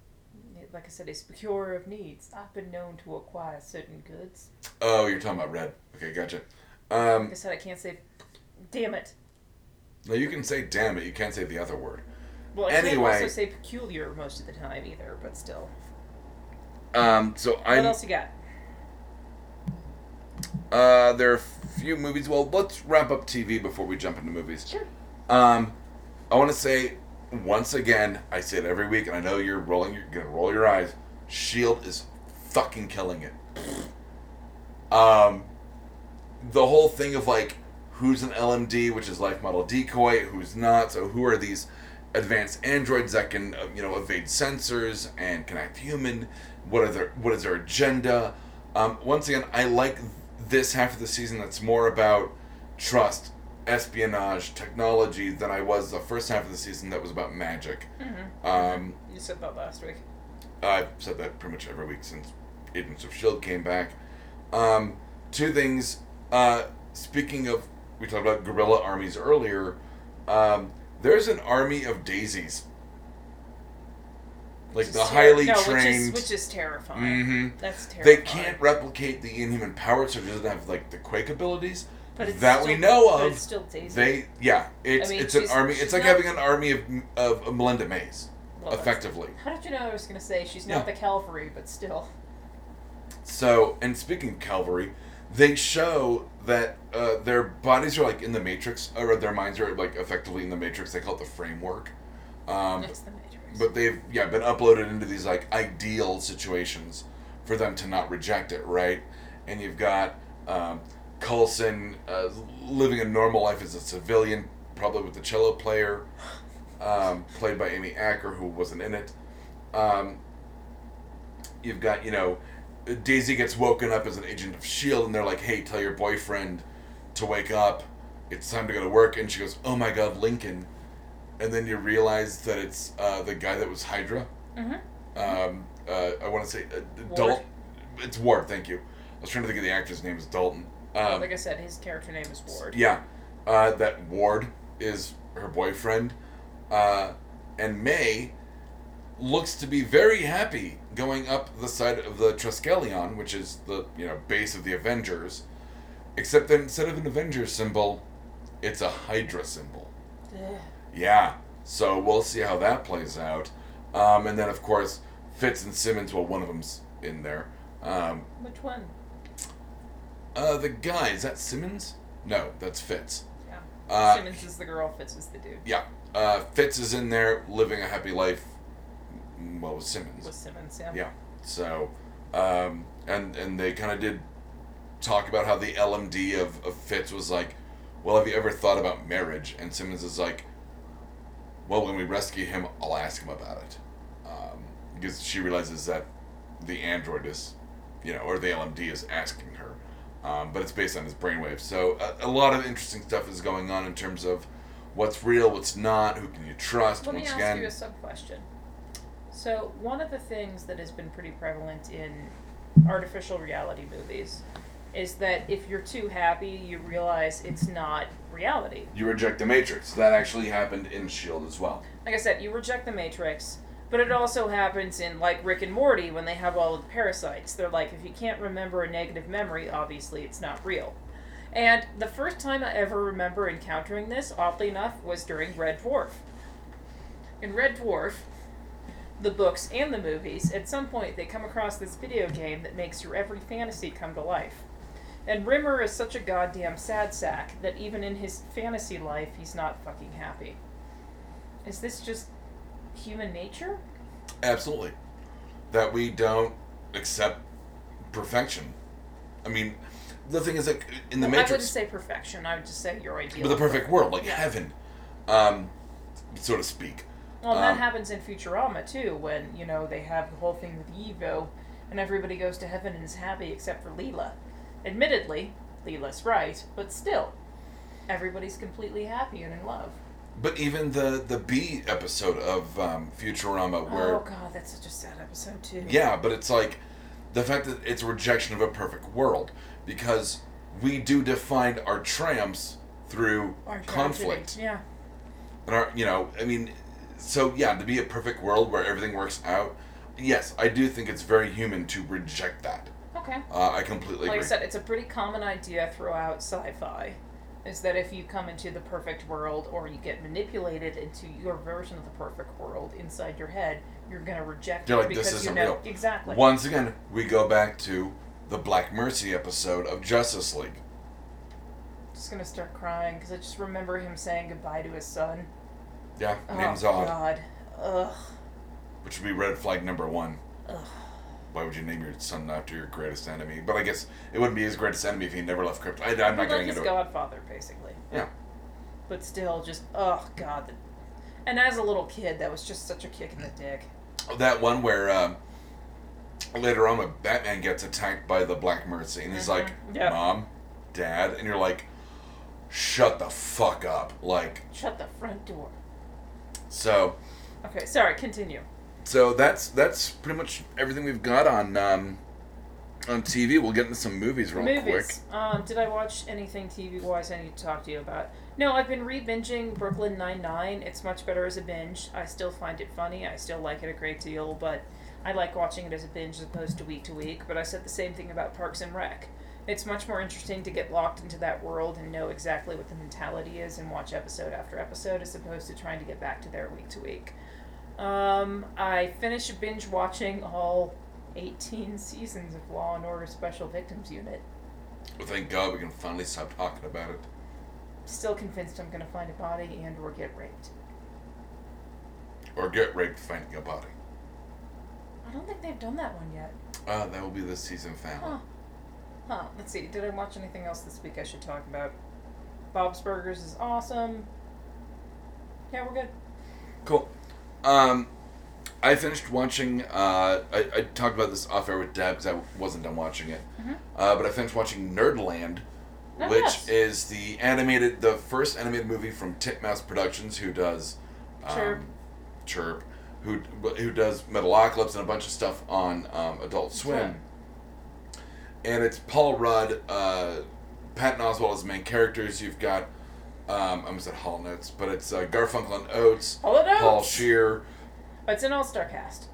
B: Like I said, he's procurer of needs. I've been known to acquire certain goods.
A: Oh, you're talking about red. Okay, gotcha. Um,
B: Like I said, I can't say. Damn it.
A: no, you can say damn it. You can't say the other word.
B: Well, I
A: Anyway.
B: can't also say peculiar most of the time either, but still.
A: Um, so
B: What
A: I'm
B: else you got?
A: Uh, there are a few movies. Well, let's wrap up TV before we jump into movies.
B: Sure.
A: Um, I want to say once again, I say it every week, and I know you're rolling, you're gonna roll your eyes. Shield E is fucking killing it. Um, the whole thing of like who's an LMD, which is life model decoy, who's not. So who are these advanced androids that can uh, you know evade sensors and connect human? What are their what is their agenda? Um, once again, I like this half of the season that's more about trust, espionage, technology than I was the first half of the season that was about magic. Um,
B: Mm-hmm. You said that last week.
A: I've said that pretty much every week since Agents of S.H.I.E.L.D. E came back. Um, two things. Uh, speaking of, we talked about guerrilla armies earlier. Um, there's an army of daisies. Like
B: Which
A: the
B: is ter-
A: highly
B: no,
A: trained.
B: Which is, which is terrifying.
A: Mhm.
B: That's
A: They
B: terrifying.
A: can't replicate the inhuman power, so it doesn't have like the quake abilities
B: But it's
A: that we
B: still-
A: know of.
B: But it's still Daisy.
A: They yeah, it's
B: I mean,
A: it's an
B: she's-
A: army.
B: she's
A: It's like
B: not-
A: having an army of of Melinda Mays,
B: Well, that's-
A: effectively.
B: How did you know I was going to say she's
A: Yeah.
B: not the Calvary, but still?
A: So and speaking of Calvary, they show that uh, their bodies are like in the Matrix, or their minds are like effectively in the Matrix. They call it the framework. Um,
B: It's the Matrix.
A: but they've yeah been uploaded into these like ideal situations for them to not reject it right and you've got um, Coulson uh, living a normal life as a civilian probably with the cello player um, played by Amy Acker who wasn't in it um, you've got you know Daisy gets woken up as an agent of Shield E and they're like hey tell your boyfriend to wake up it's time to go to work and she goes oh my god Lincoln and then you realize that it's uh, the guy that was Hydra.
B: Mhm.
A: Um, uh, I want to say uh,
B: Ward?
A: Dalton. It's Ward. Thank you. I was trying to think of the actor's name is Dalton. Um,
B: like I said, his character name is Ward.
A: yeah, uh, that Ward is her boyfriend, uh, and May looks to be very happy going up the side of the Triskelion, which is the you know base of the Avengers. Except that instead of an Avengers symbol, it's a Hydra symbol.
B: Ugh.
A: Yeah. So we'll see how that plays out. Um, and then, of course, Fitz and Simmons. Well, one of them's in there. Um,
B: Which one?
A: uh, the guy is that Simmons? No, that's Fitz.
B: Yeah.
A: Uh,
B: Simmons is the girl, Fitz is the dude.
A: Yeah. Uh, Fitz is in there living a happy life. mm, Well, with Simmons.
B: Was Simmons, yeah.
A: Yeah. So, um, and and they kind of did talk about how the LMD of, of Fitz was like, well, have you ever thought about marriage? And Simmons is like, well, when we rescue him, I'll ask him about it, um, because she realizes that the android is, you know, or the LMD is asking her, um, but it's based on his brainwave. So a, a lot of interesting stuff is going on in terms of what's real, what's not, who can you trust.
B: Let me
A: once
B: ask
A: again,
B: you a sub question. So, one of the things that has been pretty prevalent in artificial reality movies is that if you're too happy, you realize it's not reality.
A: you reject the Matrix. That actually happened in Shield E as well.
B: Like I said, you reject the Matrix, but it also happens in, like, Rick and Morty when they have all of the parasites. They're like, if you can't remember a negative memory, obviously it's not real. And the first time I ever remember encountering this, oddly enough, was during Red Dwarf. In Red Dwarf, the books and the movies, at some point they come across this video game that makes your every fantasy come to life. And Rimmer is such a goddamn sad sack that even in his fantasy life, he's not fucking happy. Is this just human nature?
A: Absolutely. That we don't accept perfection. I mean, the thing is, like, in the
B: Well, I wouldn't
A: Matrix,
B: say perfection. I would just say your ideal.
A: but the perfect world, like
B: Yeah.
A: heaven, um, so to speak.
B: Well, that
A: Um,
B: happens in Futurama too, when you know they have the whole thing with Evo, and everybody goes to heaven and is happy except for Leela. Admittedly, Leela's right, but still, everybody's completely happy and in love.
A: But even the the B episode of um, Futurama, where
B: oh god, that's such a sad episode too.
A: yeah, but it's like the fact that it's a rejection of a perfect world because we do define our triumphs through
B: Or tragedy.
A: conflict.
B: Yeah.
A: and our you know i mean so yeah to be a perfect world where everything works out yes i do think it's very human to reject that
B: Okay.
A: uh, i completely
B: Like I
A: agree
B: said, it's a pretty common idea throughout sci-fi, is that if you come into the perfect world or you get manipulated into your version of the perfect world inside your head, you're gonna reject
A: You're
B: it
A: like, this
B: because you
A: isn't
B: know
A: real.
B: exactly.
A: once again we go back to the Black Mercy episode of Justice League.
B: just gonna start crying because I just remember him saying goodbye to his son.
A: Yeah,
B: Oh,
A: name's Odd,
B: God. Ugh.
A: which would be red flag number one.
B: Ugh.
A: Why would you name your son after your greatest enemy? But I guess it wouldn't be his greatest enemy if he never left Crypt. I, am not
B: Like
A: getting
B: his
A: into it.
B: godfather, basically.
A: Yeah.
B: But still, just oh god. the- And as a little kid, that was just such a kick in the dick.
A: that one where um, later on when Batman gets attacked by the Black Mercy and he's
B: Mhm.
A: like,
B: Yeah.
A: Mom, Dad, and you're like, Shut the fuck up. Like,
B: Shut the front door.
A: so
B: Okay, sorry. Continue.
A: so that's that's pretty much everything we've got on um, on TV. We'll get into some movies real quick.
B: Movies. Um, did I watch anything TV wise I need to talk to you about? No, I've been re binging Brooklyn Nine Nine. It's much better as a binge. I still find it funny. I still like it a great deal, but I like watching it as a binge as opposed to week to week. But I said the same thing about Parks and Rec. It's much more interesting to get locked into that world and know exactly what the mentality is and watch episode after episode as opposed to trying to get back to their week to week. Um, I finished binge watching all 18 *laughs* seasons of Law and Order Special Victims Unit.
A: Well, thank God we can finally stop talking about it.
B: Still convinced I'm gonna find a body and or get raped.
A: Or get raped finding a body.
B: I don't think they've done that one yet.
A: Uh, that will be this season finale.
B: Huh. Huh. Let's see. Did I watch anything else this week I should talk about? Bob's Burgers is awesome. Yeah, we're good.
A: Cool. Um, I finished watching. Uh, I, I talked about this off air with Deb because I wasn't done watching it.
B: Mhm.
A: Uh, but I finished watching Nerdland,
B: Oh,
A: which
B: yes.
A: is the animated, the first animated movie from Titmouse Productions, who does um,
B: Chirp.
A: Chirp, who who does Metalocalypse and a bunch of stuff on um, Adult Swim.
B: Swim.
A: And it's Paul Rudd, uh, Patton Oswalt as the main characters. You've got, um, I almost said Hall Notes, but it's uh, Garfunkel and Oates.
B: All it
A: Paul
B: out.
A: Shear,
B: It's an all-star cast.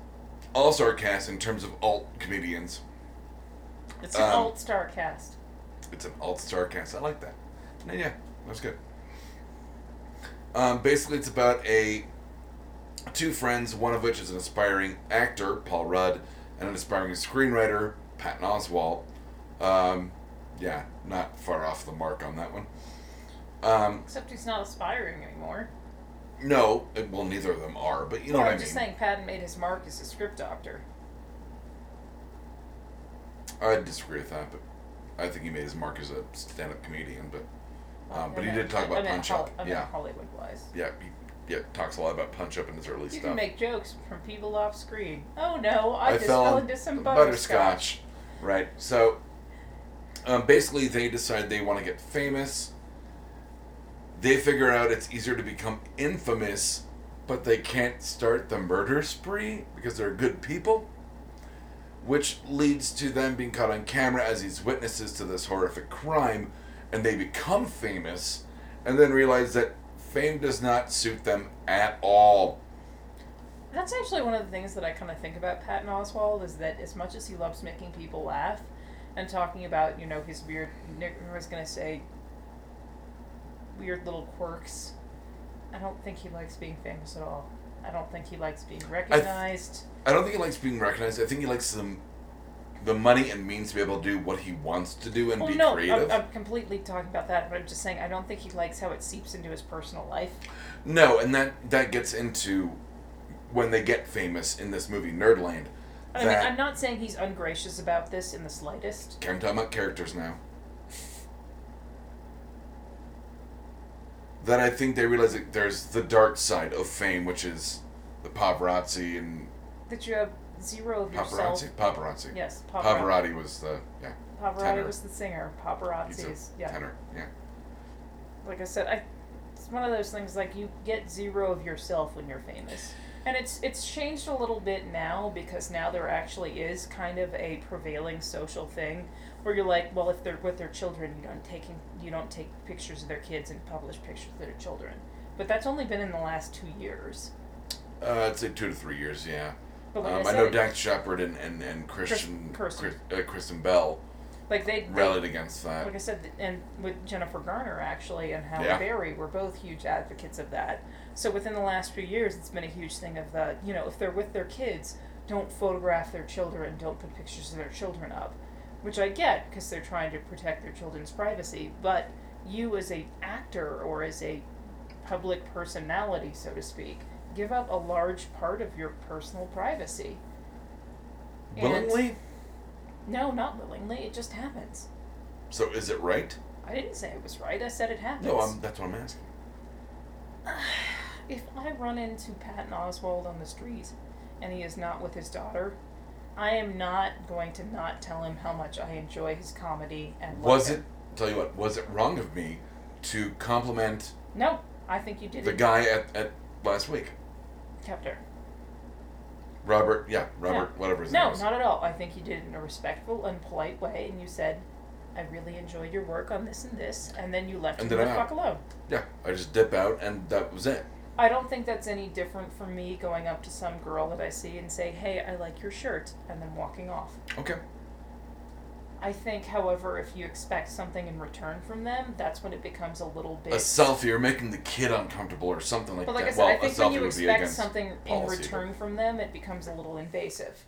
A: all star cast in terms of alt comedians.
B: It's an
A: Um,
B: all-star cast.
A: It's an alt star cast. I like that. And yeah, that's good. Um, basically, it's about a two friends, one of which is an aspiring actor, Paul Rudd, and an aspiring screenwriter, Patton Oswalt. Um, yeah, not far off the mark on that one. Um,
B: Except he's not aspiring anymore.
A: no, well, neither of them are, but you know
B: Yeah,
A: what
B: I'm
A: I mean.
B: just saying Patton made his mark as a script doctor.
A: I disagree with that, but I think he made his mark as a stand up comedian, but. Um, but he
B: I
A: did
B: meant-
A: talk about
B: I meant
A: Punch
B: Hol-
A: Up,
B: I meant
A: yeah.
B: Hollywood-wise.
A: yeah, he yeah, talks a lot about Punch Up in his early
B: You
A: stuff.
B: can make jokes from people off screen. Oh no, I, just
A: fell
B: fell
A: on
B: into some butterscotch.
A: butterscotch. Right. So um, basically, they decide they want to get famous. They figure out it's easier to become infamous, but they can't start the murder spree because they're good people. Which leads to them being caught on camera as these witnesses to this horrific crime, and they become famous, and then realize that fame does not suit them at all.
B: That's actually one of the things that I kind of think about Patton Oswald is that as much as he loves making people laugh and talking about you know his weird, Nick I was gonna say weird little quirks, I don't think he likes being famous at all. I don't think he likes being recognized.
A: I don't think he likes being recognized. I think he likes the, the money and means to be able to do what he wants to do and
B: well,
A: be
B: no,
A: creative.
B: I'm, I'm completely talking about that, but I'm just saying I don't think he likes how it seeps into his personal life.
A: no, and that that gets into when they get famous in this movie Nerdland.
B: I mean,
A: that
B: I'm not saying he's ungracious about this in the slightest.
A: Okay, I'm talking about characters now. That I think they realize that there's the dark side of fame, which is the paparazzi and
B: that you have zero of yourself.
A: paparazzi, paparazzi.
B: Yes, paparazzi.
A: Pavarotti was the yeah
B: Pavarotti
A: tenor.
B: was the singer.
A: he's a
B: Paparazzi is yeah.
A: tenor yeah
B: Like I said, I it's one of those things like you get zero of yourself when you're famous. And it's it's changed a little bit now because now there actually is kind of a prevailing social thing where you're like, well, if they're with their children, you don't taking you don't take pictures of their kids and publish pictures of their children. But that's only been in the last two years.
A: uh, I'd say two to three years yeah
B: But like
A: Um,
B: I
A: I
B: said,
A: know Dax Shepard and, and, and Christian
B: Chris- Kirsten.
A: Chris- uh, Kristen Bell
B: like they, they
A: rallied against that.
B: like I said, th- and with Jennifer Garner actually and Halle
A: Yeah.
B: Berry were both huge advocates of that. So within the last few years, it's been a huge thing of the you know if they're with their kids, don't photograph their children, don't put pictures of their children up. which I get because they're trying to protect their children's privacy, but you as a actor or as a public personality, so to speak, give up a large part of your personal privacy. And-
A: Willingly?
B: No, not willingly. It just happens.
A: So is it right?
B: I didn't say it was right. I said it happens.
A: No, I'm, that's what I'm asking.
B: *sighs* If I run into Patton Oswald on the street and he is not with his daughter, I am not going to not tell him how much I enjoy his comedy and love
A: Was it,
B: him.
A: tell you what, was it wrong of me to compliment
B: No, I think you did
A: the
B: it,
A: guy at, at last week?
B: Kepler.
A: Robert, yeah, Robert, whatever his
B: No,
A: name is.
B: not at all. I think you did it in a respectful and polite way, and you said, "I really enjoyed your work on this and this," and then you left
A: And
B: him
A: then
B: the
A: I'm
B: fuck alone.
A: yeah, I just dip out and that was it.
B: I don't think that's any different from me going up to some girl that I see and say, "Hey, I like your shirt," and then walking off.
A: Okay.
B: I think, however, if you expect something in return from them, that's when it becomes a little bit.
A: A selfie or making the kid uncomfortable or something like
B: but like I
A: that.
B: said,
A: well,
B: I
A: a
B: think
A: selfie
B: when you
A: would be
B: expect
A: against
B: something in
A: policy, but-
B: return from them, it becomes a little invasive.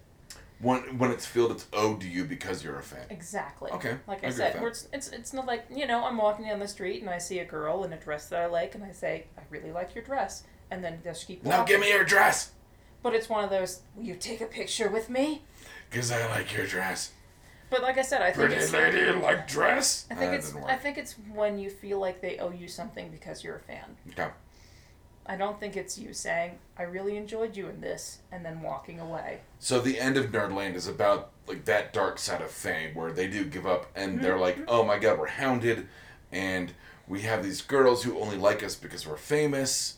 A: When, when it's filled, it's owed to you because you're a fan.
B: Exactly.
A: Okay,
B: Like
A: I agree
B: I, said,
A: with that.
B: where it's, it's it's not like you know I'm walking down the street and I see a girl in a dress that I like and I say I really like your dress and then just keep walking.
A: Now give me your dress!
B: But it's one of those. Will you take a picture with me?
A: Because I like your dress.
B: But like I said, I think
A: Pretty
B: it's.
A: lady, you like dress?
B: I think
A: that
B: it's.
A: didn't work.
B: I think it's when you feel like they owe you something because you're a fan.
A: Okay.
B: I don't think it's you saying I really enjoyed you in this and then walking away.
A: So the end of Nerdland is about like that dark side of fame where they do give up
B: Mm-hmm.
A: and they're like, oh my god, we're hounded, and we have these girls who only like us because we're famous.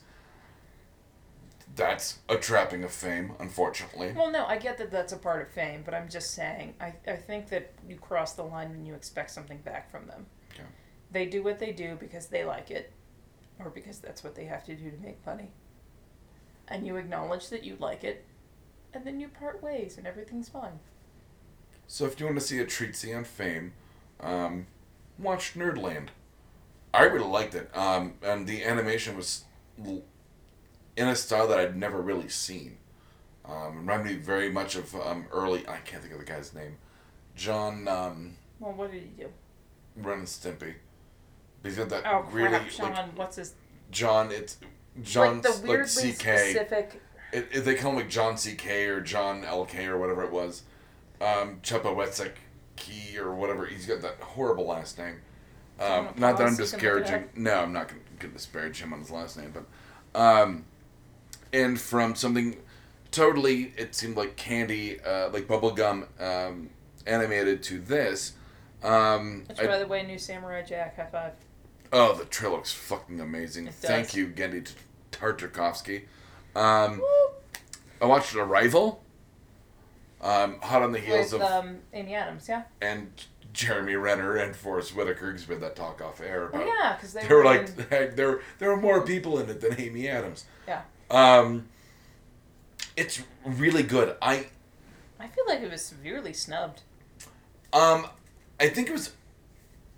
A: That's a trapping of fame, unfortunately.
B: Well, no, I get that that's a part of fame, but I'm just saying, I, I think that you cross the line when you expect something back from them.
A: Okay.
B: They do what they do because they like it, or because that's what they have to do to make money. And you acknowledge that you like it, and then you part ways and everything's fine.
A: So if you want to see a treatise on fame, um, watch Nerdland. I really liked it, um, and the animation was l- in a style that I'd never really seen. Um, reminded me very much of um, early. I can't think of the guy's name. John um,
B: Well, what did he do?
A: Ren and Stimpy. But he's got that
B: Oh,
A: really
B: crap, Sean,
A: like
B: what's his...
A: John. It's John
B: like, the
A: like,
B: weirdly
A: CK.
B: specific...
A: It, it, they call him like John C.K. or John L.K. or whatever it was. Um, Chepowetzik Key or whatever. He's got that horrible last name. Um,
B: Someone
A: not that I'm
B: pause, you can look it
A: disparaging. No, I'm not going to disparage him on his last name. But, um, and from something totally, it seemed like candy, uh, like bubblegum um, animated to this. Um,
B: Which,
A: I-
B: by the way, new Samurai Jack, high five.
A: oh, the trail looks fucking amazing.
B: It does.
A: Thank you, Gendy Tartakovsky. Um,
B: Woo!
A: I watched Arrival. Um, hot on the heels
B: With
A: of
B: um, Amy Adams, yeah?
A: and Jeremy Renner and Forrest Whitaker because we had that talk off air
B: Oh,
A: about
B: yeah, because they
A: *laughs* they were
B: in-
A: like heck, there there were more people in it than Amy Adams.
B: Yeah.
A: Um, it's really good. I
B: I feel like it was severely snubbed.
A: um I think it was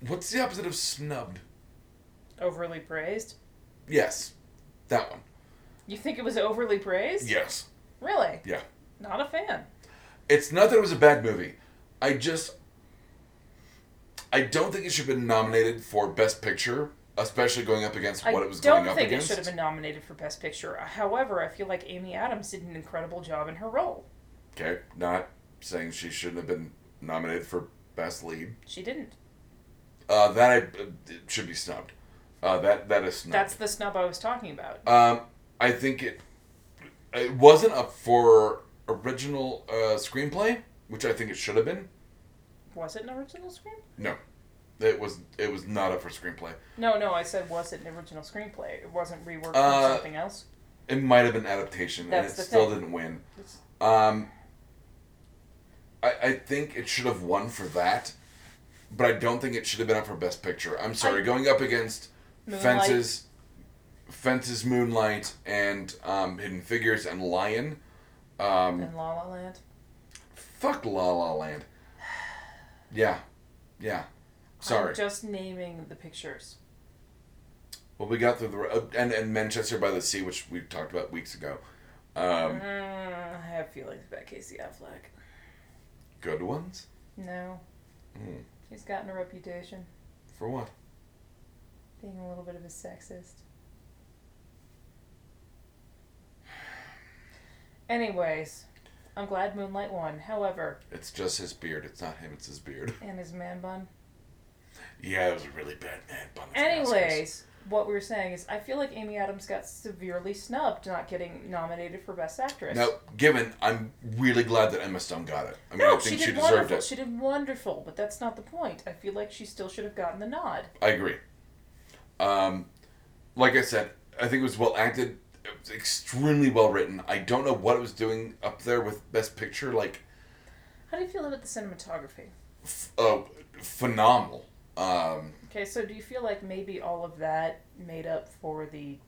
A: what's the opposite of snubbed?
B: Overly praised?
A: Yes, that one.
B: You think it was overly praised?
A: Yes,
B: Really?
A: yeah.
B: Not a fan.
A: It's not that it was a bad movie. I just I don't think it should have been nominated for Best Picture, especially going up against what
B: I
A: it was
B: don't
A: going up
B: think
A: against.
B: it should have been nominated for Best Picture. However, I feel like Amy Adams did an incredible job in her role.
A: Okay, not saying she shouldn't have been nominated for Best Lead.
B: She didn't.
A: Uh, that I uh, it should be snubbed. Uh, that that is snubbed.
B: That's the snub I was talking about.
A: Um, I think it it wasn't up for original uh, screenplay, which I think it should have been.
B: Was it an original screen?
A: No, it was it was not up for screenplay.
B: No, no, I said was it an original screenplay? It wasn't reworked
A: Uh,
B: from something else.
A: It might have been adaptation,
B: That's
A: and
B: the
A: it still
B: thing.
A: didn't win.
B: It's-
A: Um, I, I think it should have won for that, but I don't think it should have been up for Best Picture. I'm sorry,
B: I-
A: going up against
B: Moonlight.
A: Fences, Fences, Moonlight, and um, Hidden Figures and Lion. Um,
B: And La La Land.
A: Fuck La La Land. Yeah, yeah. Sorry.
B: I'm just naming the pictures.
A: well, we got through the uh, and and Manchester by the Sea, which we talked about weeks ago. Um,
B: Uh, Mm, I have feelings about Casey Affleck.
A: good ones.
B: No.
A: Mm.
B: He's gotten a reputation
A: For what?
B: being a little bit of a sexist. *sighs* Anyways, I'm glad Moonlight won. However,
A: It's just his beard. It's not him. It's his beard. *laughs*
B: and his man bun.
A: Yeah, it was a really bad man bun. at the Oscars.
B: Anyways, what we were saying is, I feel like Amy Adams got severely snubbed not getting nominated for Best Actress.
A: Now, given, I'm really glad that Emma Stone got it. I mean,
B: No,
A: I think
B: she
A: she,
B: did
A: deserved
B: wonderful.
A: it.
B: She did wonderful, but that's not the point. I feel like she still should have gotten the nod.
A: I agree. Um, like I said, I think it was well acted, it was extremely well written. I don't know what it was doing up there with Best Picture. Like,
B: How do you feel about the cinematography?
A: f- oh, phenomenal. Um,
B: Okay, so do you feel like maybe all of that made up for the?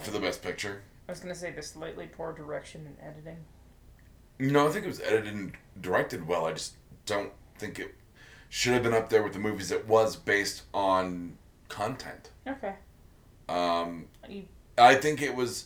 A: for the Best Picture.
B: I was gonna say the slightly poor direction and editing.
A: No, I think it was edited and directed well. I just don't think it should have been up there with the movies it was based on content.
B: Okay.
A: Um,
B: You-
A: I think it was.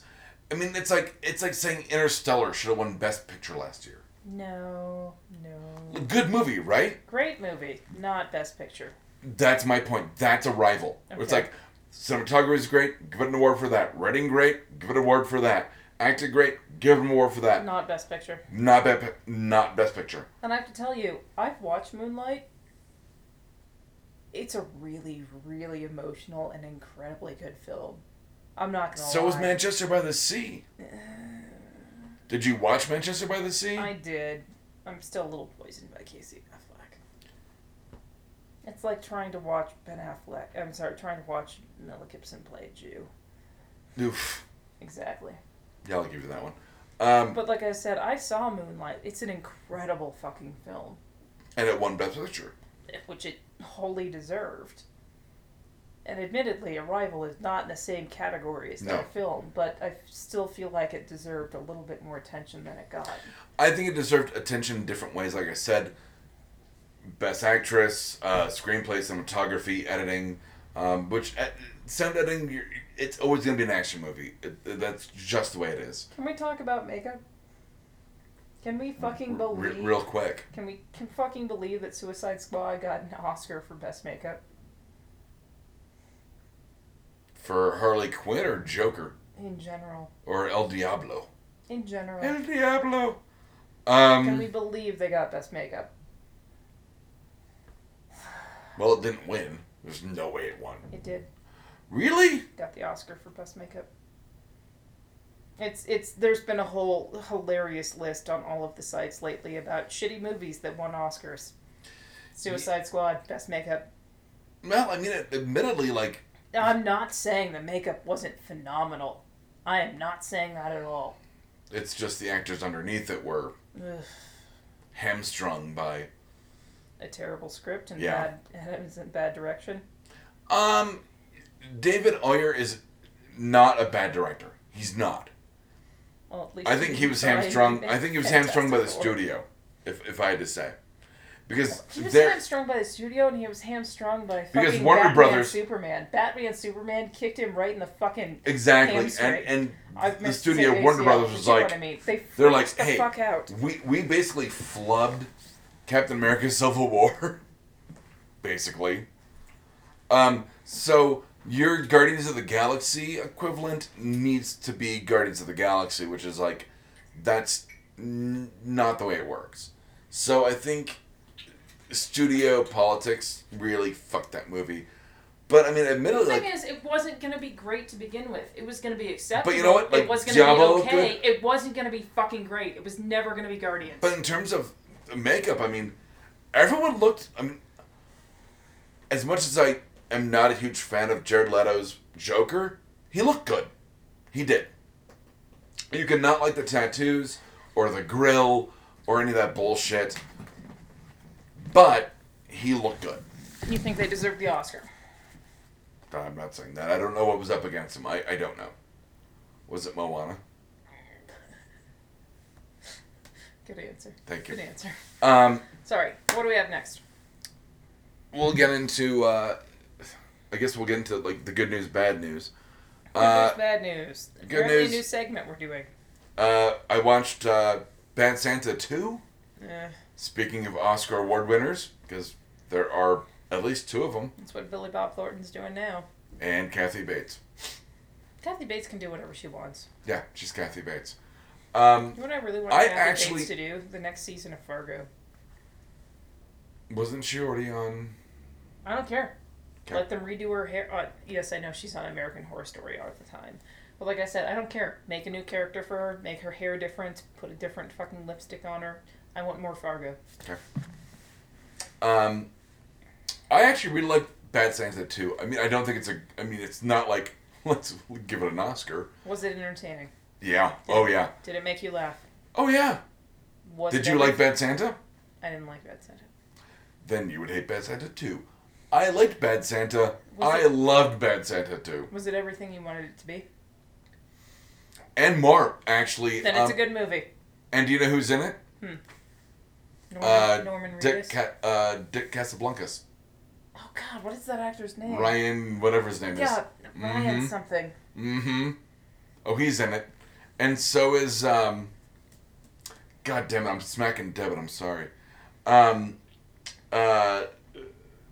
A: I mean, it's like it's like saying Interstellar should have won Best Picture last year.
B: No, no.
A: Good movie, right?
B: Great movie, not best picture.
A: That's my point. That's a rival. It's
B: Okay.
A: like cinematography is great. Give it an award for that. Writing great. Give it an award for that. Acted great. Give it an award for that.
B: Not best picture.
A: Not best. Pic- Not Best Picture.
B: And I have to tell you, I've watched Moonlight. It's a really, really emotional and incredibly good film. I'm not gonna
A: So was
B: lie. Uh,
A: Manchester by the Sea. Did you watch Manchester by the Sea?
B: I did. I'm still a little poisoned by Casey Affleck. It's like trying to watch Ben Affleck. I'm sorry, trying to watch Mel Gibson play a Jew.
A: Oof.
B: Exactly.
A: Yeah, I'll give you that one. Um,
B: But like I said, I saw Moonlight. It's an incredible fucking film,
A: and it won Best Picture.
B: which it wholly deserved. And admittedly, Arrival is not in the same category as that film, but I still feel like it deserved a little bit more attention than it got.
A: I think it deserved attention in different ways. Like I said, Best Actress, uh, screenplay, cinematography, editing. Um, which uh, sound editing, you're, it's always going to be an action movie. It, that's just the way it is.
B: Can we talk about makeup? Can we fucking
A: R-
B: believe?
A: re- real quick.
B: Can we can fucking believe that Suicide Squad got an Oscar for best makeup?
A: For Harley Quinn or Joker
B: In general.
A: or El Diablo?
B: In general.
A: El Diablo! Um,
B: Can we believe they got best makeup?
A: Well, it didn't win. There's no way it won.
B: It did.
A: Really?
B: Got the Oscar for best makeup. It's it's there's been a whole hilarious list on all of the sites lately about shitty movies that won Oscars. Suicide Squad, best makeup.
A: Well, I mean, admittedly, like,
B: Now, I'm not saying the makeup wasn't phenomenal. I am not saying that at all.
A: it's just the actors underneath it were
B: Ugh.
A: hamstrung by.
B: A terrible script and
A: Yeah.
B: bad Adams and bad direction.
A: Um, David Oyer is not a bad director. He's not.
B: Well, at least
A: I think he was
B: tried.
A: hamstrung. I think he was hamstrung by the
B: Fantastic Four.
A: studio, if, if I had to say. Because
B: He was
A: there.
B: hamstrung by the studio, and he was hamstrung by fucking
A: Because Warner
B: Batman
A: Brothers-
B: Superman. Batman Superman kicked him right in the fucking.
A: Exactly.
B: hamstring.
A: And,
B: I
A: and the
B: meant to
A: studio,
B: say
A: Warner
B: ACL,
A: Brothers,
B: but
A: was
B: you know
A: like,
B: what I mean. They
A: they're like,
B: freaked the
A: "Hey,
B: fuck out."
A: we we basically flubbed Captain America: *laughs* Civil War, basically. Um, so your Guardians of the Galaxy equivalent needs to be Guardians of the Galaxy, which is like, that's n- not the way it works. So I think studio politics really fucked that movie. But I mean, admittedly,
B: The
A: like,
B: thing is, it wasn't going to be great to begin with. It was going to be acceptable.
A: know what? Like,
B: it was going to
A: Diablo
B: be
A: looked
B: okay. It wasn't going to be fucking great. It was never going to be Guardians.
A: But in terms of makeup, I mean, everyone looked. I mean, as much as I am not a huge fan of Jared Leto's Joker, he looked good. He did. You could not like the tattoos or the grill or any of that bullshit, but he looked good.
B: you think they deserve the Oscar?
A: I'm not saying that. I don't know what was up against him. I, I don't know. Was it Moana?
B: Good answer.
A: Thank
B: Good
A: you.
B: answer.
A: Um,
B: Sorry. What do we have next?
A: we'll get into. Uh, I guess we'll get into like the good news, bad news.
B: Good
A: Uh,
B: news, bad news.
A: good
B: Apparently a
A: news.
B: new segment we're doing.
A: Uh, I watched uh, Bad Santa 2.
B: Eh.
A: Speaking of Oscar Award winners, because There are at least two of them,
B: That's what Billy Bob Thornton's doing now.
A: and Kathy Bates.
B: Kathy Bates can do whatever she wants.
A: Yeah, she's Kathy Bates. Um,
B: You know what I really want
A: I
B: Kathy
A: actually-
B: Bates to do? The next season of Fargo.
A: wasn't she already on?
B: I don't care.
A: Okay.
B: Let them redo her hair. Uh, yes, I know she's on American Horror Story all the time. But like I said, I don't care. Make a new character for her. Make her hair different. Put a different fucking lipstick on her. I want more Fargo.
A: Um, I actually really like Bad Santa too. I mean, I don't think it's a. I mean, it's not like *laughs* let's give it an Oscar.
B: Was it entertaining?
A: Yeah. Oh yeah.
B: Did it make you laugh?
A: Oh yeah.
B: Was
A: Did
B: it
A: you
B: every-
A: like Bad Santa?
B: I didn't like Bad Santa.
A: Then you would hate Bad Santa too. I liked Bad Santa.
B: Was
A: I
B: it-
A: loved Bad Santa too.
B: Was it everything you wanted it to be?
A: And more actually.
B: Then it's
A: um,
B: a good movie.
A: And do you know who's in it?
B: Norman,
A: Uh,
B: Norman Reedus.
A: Dick Ca- uh, Dick Casablancas.
B: oh God, what is that actor's name?
A: Ryan, whatever his name
B: Oh. Yeah, Ryan
A: Mhm.
B: something.
A: is. Mm-hmm. Oh, he's in it, and so is um. God damn it! I'm smacking Devin. I'm sorry. Um, uh,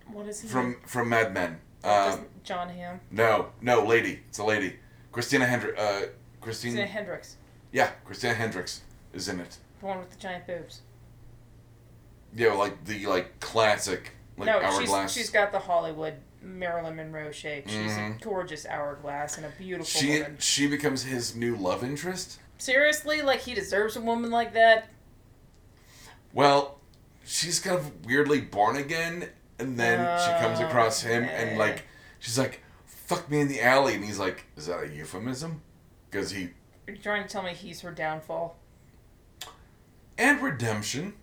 B: What is he?
A: from from Mad Men. Um,
B: John Hamm.
A: no, no, lady. It's a lady. Christina Hendri- uh, Christine.
B: Christina Hendricks,
A: Yeah, Christina Hendricks is in it.
B: the one with the giant boobs.
A: Yeah, like the like classic like
B: no, she's,
A: hourglass.
B: she's got the Hollywood Marilyn Monroe shape. She's
A: Mhm.
B: a gorgeous hourglass and a beautiful
A: she
B: woman.
A: she becomes his new love interest.
B: Seriously, like he deserves a woman like that.
A: Well, she's kind of weirdly born again, and then she comes
B: Oh,
A: across him and
B: okay.
A: like she's like, "Fuck me in the alley," and he's like, "Is that a euphemism?" Because he
B: Are you trying to tell me he's her downfall?
A: and redemption.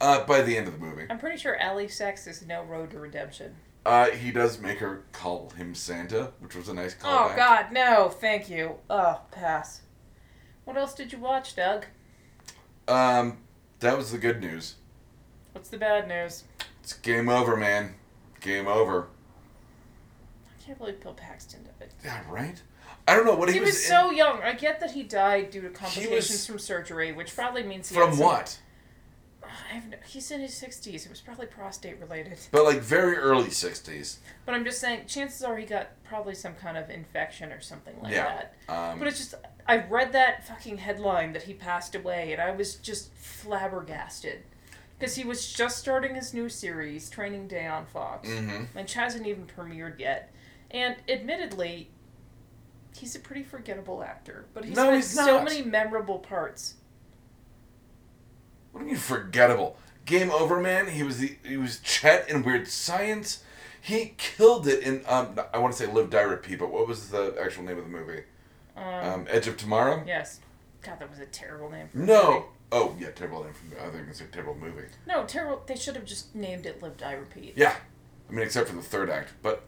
A: Uh, by the end of the movie,
B: I'm pretty sure alley sex is no road to redemption.
A: uh, he does make her call him Santa, which was a nice
B: Oh
A: callback.
B: God, no, thank you. Oh, pass. What else did you watch, Doug?
A: Um, that was the good news.
B: What's the bad news?
A: It's game over, man. Game over.
B: I can't believe Bill Paxton did it.
A: Yeah, right. I don't know what
B: He,
A: he,
B: was,
A: in-
B: so young. I get that he died due to complications
A: was-
B: from surgery, which probably means he had
A: from
B: some-
A: what,
B: *sighs* I have no, he's in his sixties. It was probably prostate related. *laughs*
A: but like very early sixties.
B: But I'm just saying, chances are he got probably some kind of infection or something like
A: Yeah.
B: that.
A: Um,
B: But it's just I read that fucking headline that he passed away, and I was just flabbergasted because he was just starting his new series, Training Day on Fox,
A: mhm.
B: which hasn't even premiered yet. And admittedly, he's a pretty forgettable actor, but he's
A: No,
B: had
A: he's
B: so
A: not.
B: many memorable parts.
A: What do you mean forgettable? Game Over Man. He was the he was Chet in Weird Science. He killed it in um. I want to say Live Die Repeat, but what was the actual name of the movie?
B: Um,
A: Um, Edge of Tomorrow.
B: yes. God, that was a terrible name. For a movie.
A: No. Oh yeah, terrible name. From, I think it's a terrible movie.
B: No, terrible. They should have just named it "Lived I Repeat."
A: Yeah, I mean except for the third act, but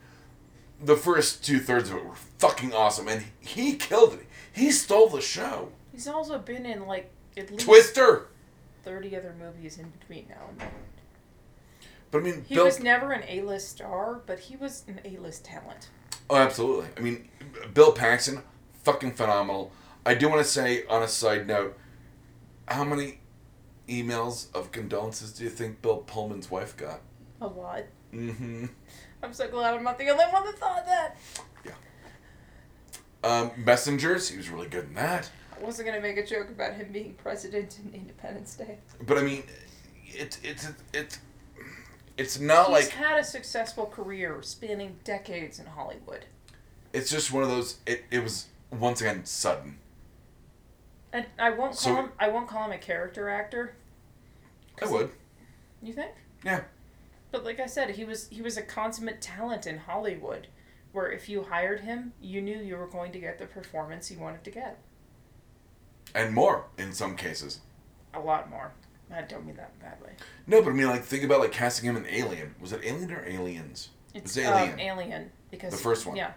A: the first two thirds of it were fucking awesome, and he killed it. He stole the show.
B: He's also been in like at least
A: Twister.
B: thirty other movies in between now and then.
A: But I mean,
B: He
A: Bill.
B: was never an A-list star, but he was an A-list talent.
A: Oh, absolutely. I mean, Bill Paxton, fucking phenomenal. I do want to say, on a side note, how many emails of condolences do you think Bill Pullman's wife got?
B: A lot.
A: Mm-hmm.
B: I'm so glad I'm not the only one that thought that.
A: Um, Messengers, he was really good in that.
B: I wasn't gonna make a joke about him being president in Independence Day.
A: But I mean, it's it's it's it's not
B: He's
A: like
B: had a successful career spanning decades in Hollywood.
A: it's just one of those. It it was once again sudden.
B: And I won't call
A: So-
B: him. I won't call him a character actor.
A: I would.
B: You think?
A: Yeah.
B: But like I said, he was he was a consummate talent in Hollywood, where if you hired him, you knew you were going to get the performance you wanted to get.
A: and more in some cases.
B: A lot more. I don't mean that badly.
A: No, but I mean, like think about like casting him in Alien. Was it Alien or Aliens? It's Alien.
B: Um, alien because
A: The first one.
B: Yeah,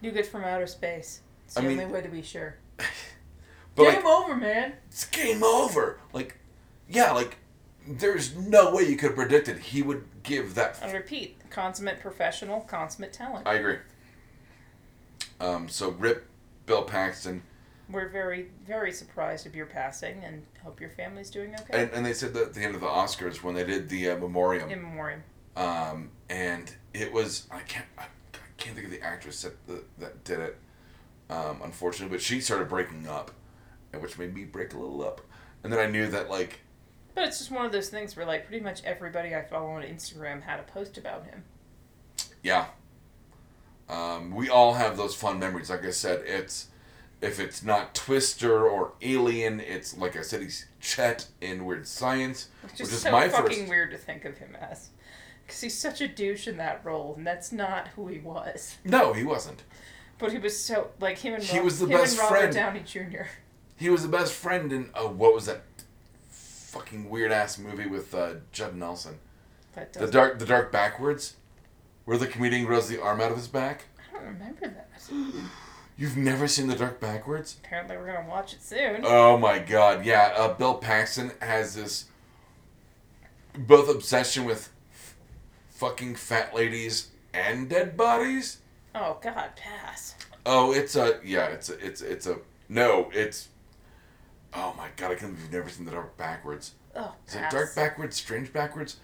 B: you get from outer space. It's the
A: I mean-
B: only way to be sure.
A: But like,
B: Game over, man.
A: it's game over. Like, yeah, like there's no way you could have predicted he would give that.
B: I repeat, consummate professional, consummate talent.
A: I agree. Um, so rip Bill Paxton.
B: We're very, very surprised of your passing and hope your family's doing okay.
A: And, and they said that at the end of the Oscars when they did the uh, memoriam,
B: In memoriam.
A: um, and it was I can't I, I can't think of the actress that that, that did it, um, unfortunately. But she started breaking up, and which made me break a little up. And then I knew that like
B: But it's just one of those things where, like, pretty much everybody I follow on Instagram had a post about him.
A: yeah, um, we all have those fun memories. Like I said, it's if it's not Twister or Alien, it's like I said, he's Chet in Weird Science,
B: Which
A: which
B: is
A: is
B: so
A: my
B: fucking
A: first.
B: weird to think of him as. Because he's such a douche in that role, and that's not who he was.
A: No, he wasn't.
B: But he was so, like, him and,
A: He
B: Rob-
A: was the
B: him
A: best
B: and Robert
A: friend.
B: Downey *laughs* Jr.
A: He was the best friend in oh, what was that fucking weird ass movie with uh, Judd Nelson?
B: That
A: The
B: does,
A: dark, the dark backwards, where the comedian grows the arm out of his back.
B: I don't remember that.
A: You've never seen the dark backwards?
B: Apparently, we're going to watch it soon.
A: Oh my god, yeah. Uh, Bill Paxton has this both obsession with f- fucking fat ladies and dead bodies.
B: oh, God, pass.
A: Oh, it's a yeah, it's a, it's it's a no, it's. Oh my god, I can't believe you've never seen the dark backwards.
B: Oh,
A: Is it
B: pass.
A: dark backwards, strange backwards?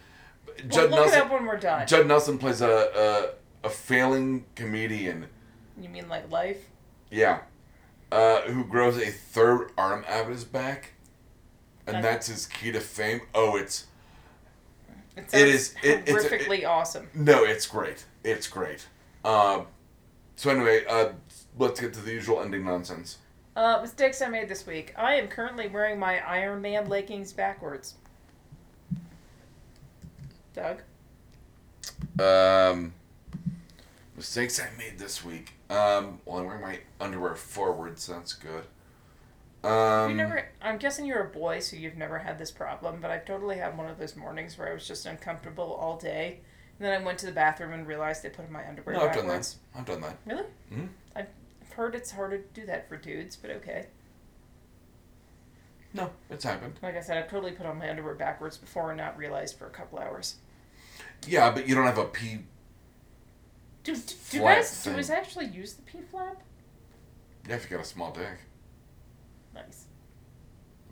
B: Well,
A: Judd
B: look it
A: Nelson.
B: up when we're done.
A: Judd Nelson plays a a, a failing comedian.
B: you mean, like, life?
A: Yeah. Uh, who grows a third arm out of his back. And that's
B: That's-
A: his key to fame. Oh, it's
B: It,
A: is- it- it's a-
B: horrifically awesome.
A: no, it's great. It's great. Um, so anyway, uh, let's get to the usual ending nonsense.
B: Uh, mistakes I made this week. I am currently wearing my Iron Man leggings backwards. Doug?
A: Um, mistakes I made this week. Um, well, I'm wearing my underwear forward, so that's good. Um,
B: you never. I'm guessing you're a boy, so you've never had this problem. But I've totally had one of those mornings where I was just uncomfortable all day, and then I went to the bathroom and realized they put my underwear
A: no, I've done that.
B: backwards.
A: I've done that.
B: Really?
A: Mhm.
B: I've I've heard it's harder to do that for dudes, but okay.
A: No, it's happened.
B: Like I said, I've totally put on my underwear backwards before and not realized for a couple hours.
A: Yeah, but you don't have a pee.
B: Do do, do
A: Flap
B: guys do
A: thing.
B: guys actually use the pee flap?
A: Yeah, if you got a small dick.
B: Nice.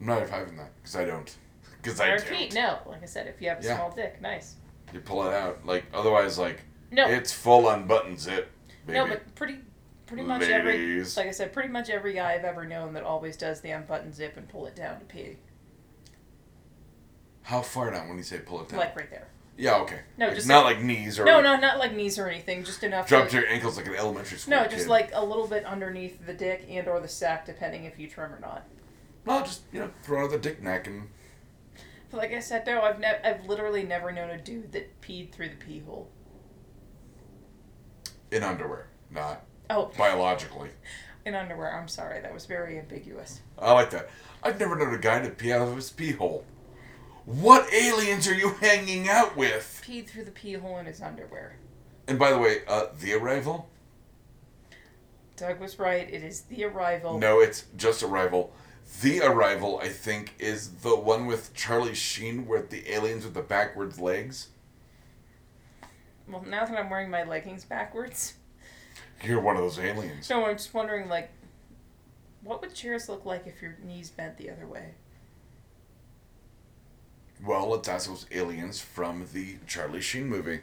A: I'm not having that because I don't. Because I
B: I
A: don't.
B: repeat, no. Like I said, if you have a
A: Yeah.
B: small dick, nice.
A: You pull it out, like otherwise, like
B: No,
A: it's full on button zip, baby.
B: no, but pretty, pretty much every.
A: Ladies.
B: Like I said, pretty much every guy I've ever known that always does the unbutton zip and pull it down to pee,
A: How far down when you say pull it down?
B: like right there.
A: yeah, okay.
B: No,
A: Like,
B: just
A: not like, knees or
B: No, no, not like knees or anything, just enough.
A: drop
B: To,
A: to your ankles like an elementary school.
B: no, just
A: kid.
B: like a little bit underneath the dick and or the sack, depending if you trim or not.
A: no, just you know throw another dick neck and
B: But like I said, no, I've ne- I've literally never known a dude that peed through the pee hole.
A: in underwear, not
B: Oh,
A: biologically.
B: in underwear. I'm sorry, that was very ambiguous.
A: I like that. I've never known a guy to pee out of his pee hole. What aliens are you hanging out with?
B: Peed through the pee hole in his underwear.
A: And by the way, uh, the arrival?
B: Doug was right. It is the arrival.
A: No, it's just Arrival. The Arrival, I think, is the one with Charlie Sheen with the aliens with the backwards legs.
B: Well, now that I'm wearing my leggings backwards, *laughs*
A: You're one of those aliens.
B: so I'm just wondering, like, what would chairs look like if your knees bent the other way?
A: Well, let's ask those aliens from the Charlie Sheen movie.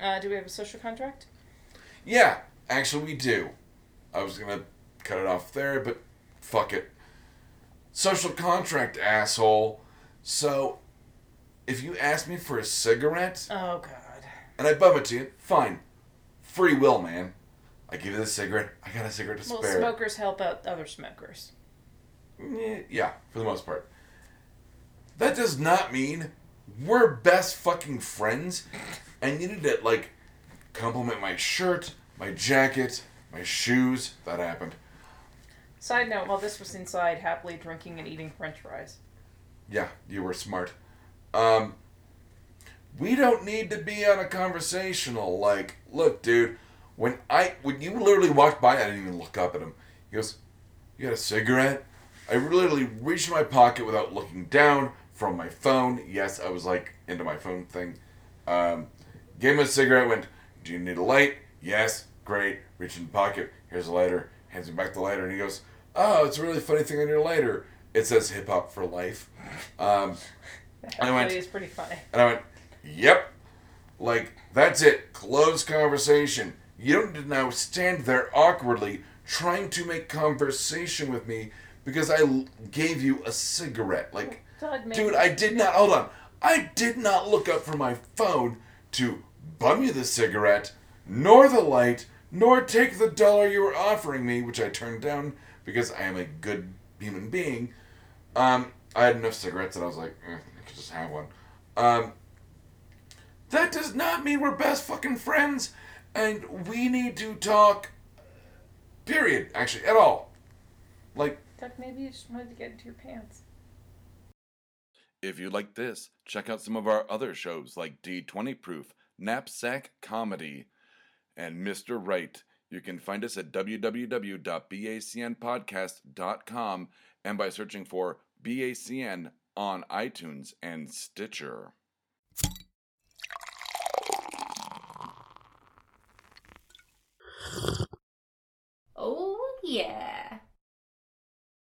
B: Uh, do we have a social contract?
A: Yeah, actually, we do. I was gonna cut it off there, but fuck it. Social contract, asshole. So, if you ask me for a cigarette,
B: Oh God.
A: and I bum it to you, fine. Free will, man. I give you the cigarette. I got a cigarette to
B: Well,
A: spare.
B: smokers help out other smokers.
A: Eh, Yeah, for the most part. That does not mean we're best fucking friends. And you need to like compliment my shirt, my jacket, my shoes. That happened.
B: Side note: While this was inside, happily drinking and eating French fries.
A: Yeah, you were smart. Um, we don't need to be on a conversational. Like, look, dude, when I when you literally walked by, I didn't even look up at him. He goes, "You got a cigarette?" I literally reached in my pocket without looking down from my phone. Yes, I was like into my phone thing. Um, gave him a cigarette. Went, "Do you need a light?" Yes, great. Reached in the pocket. Here's a lighter. Hands me back the lighter, and he goes, oh, it's a really funny thing on your lighter. It says hip hop for life. Um, I
B: Actually,
A: went-
B: it's pretty funny. *laughs*
A: and I went, yep. Like, that's it. Close conversation. You don't need to now stand there awkwardly trying to make conversation with me because I l- gave you a cigarette. Like,
B: Doug made
A: Dude, I did not. Hold on. I did not look up from my phone to bum you the cigarette, nor the light, nor take the dollar you were offering me, which I turned down because I am a good human being. Um, I had enough cigarettes that I was like, eh, I could just have one. Um, that does not mean we're best fucking friends, and we need to talk. Period. Actually, at all. Like.
B: Doug, maybe you just wanted to get into your pants.
A: If you like this, check out some of our other shows like D20 Proof, Knapsack Comedy, and Mr. Right. You can find us at www.bacnpodcast.com and by searching for BACN on iTunes and Stitcher.
C: Oh, yeah.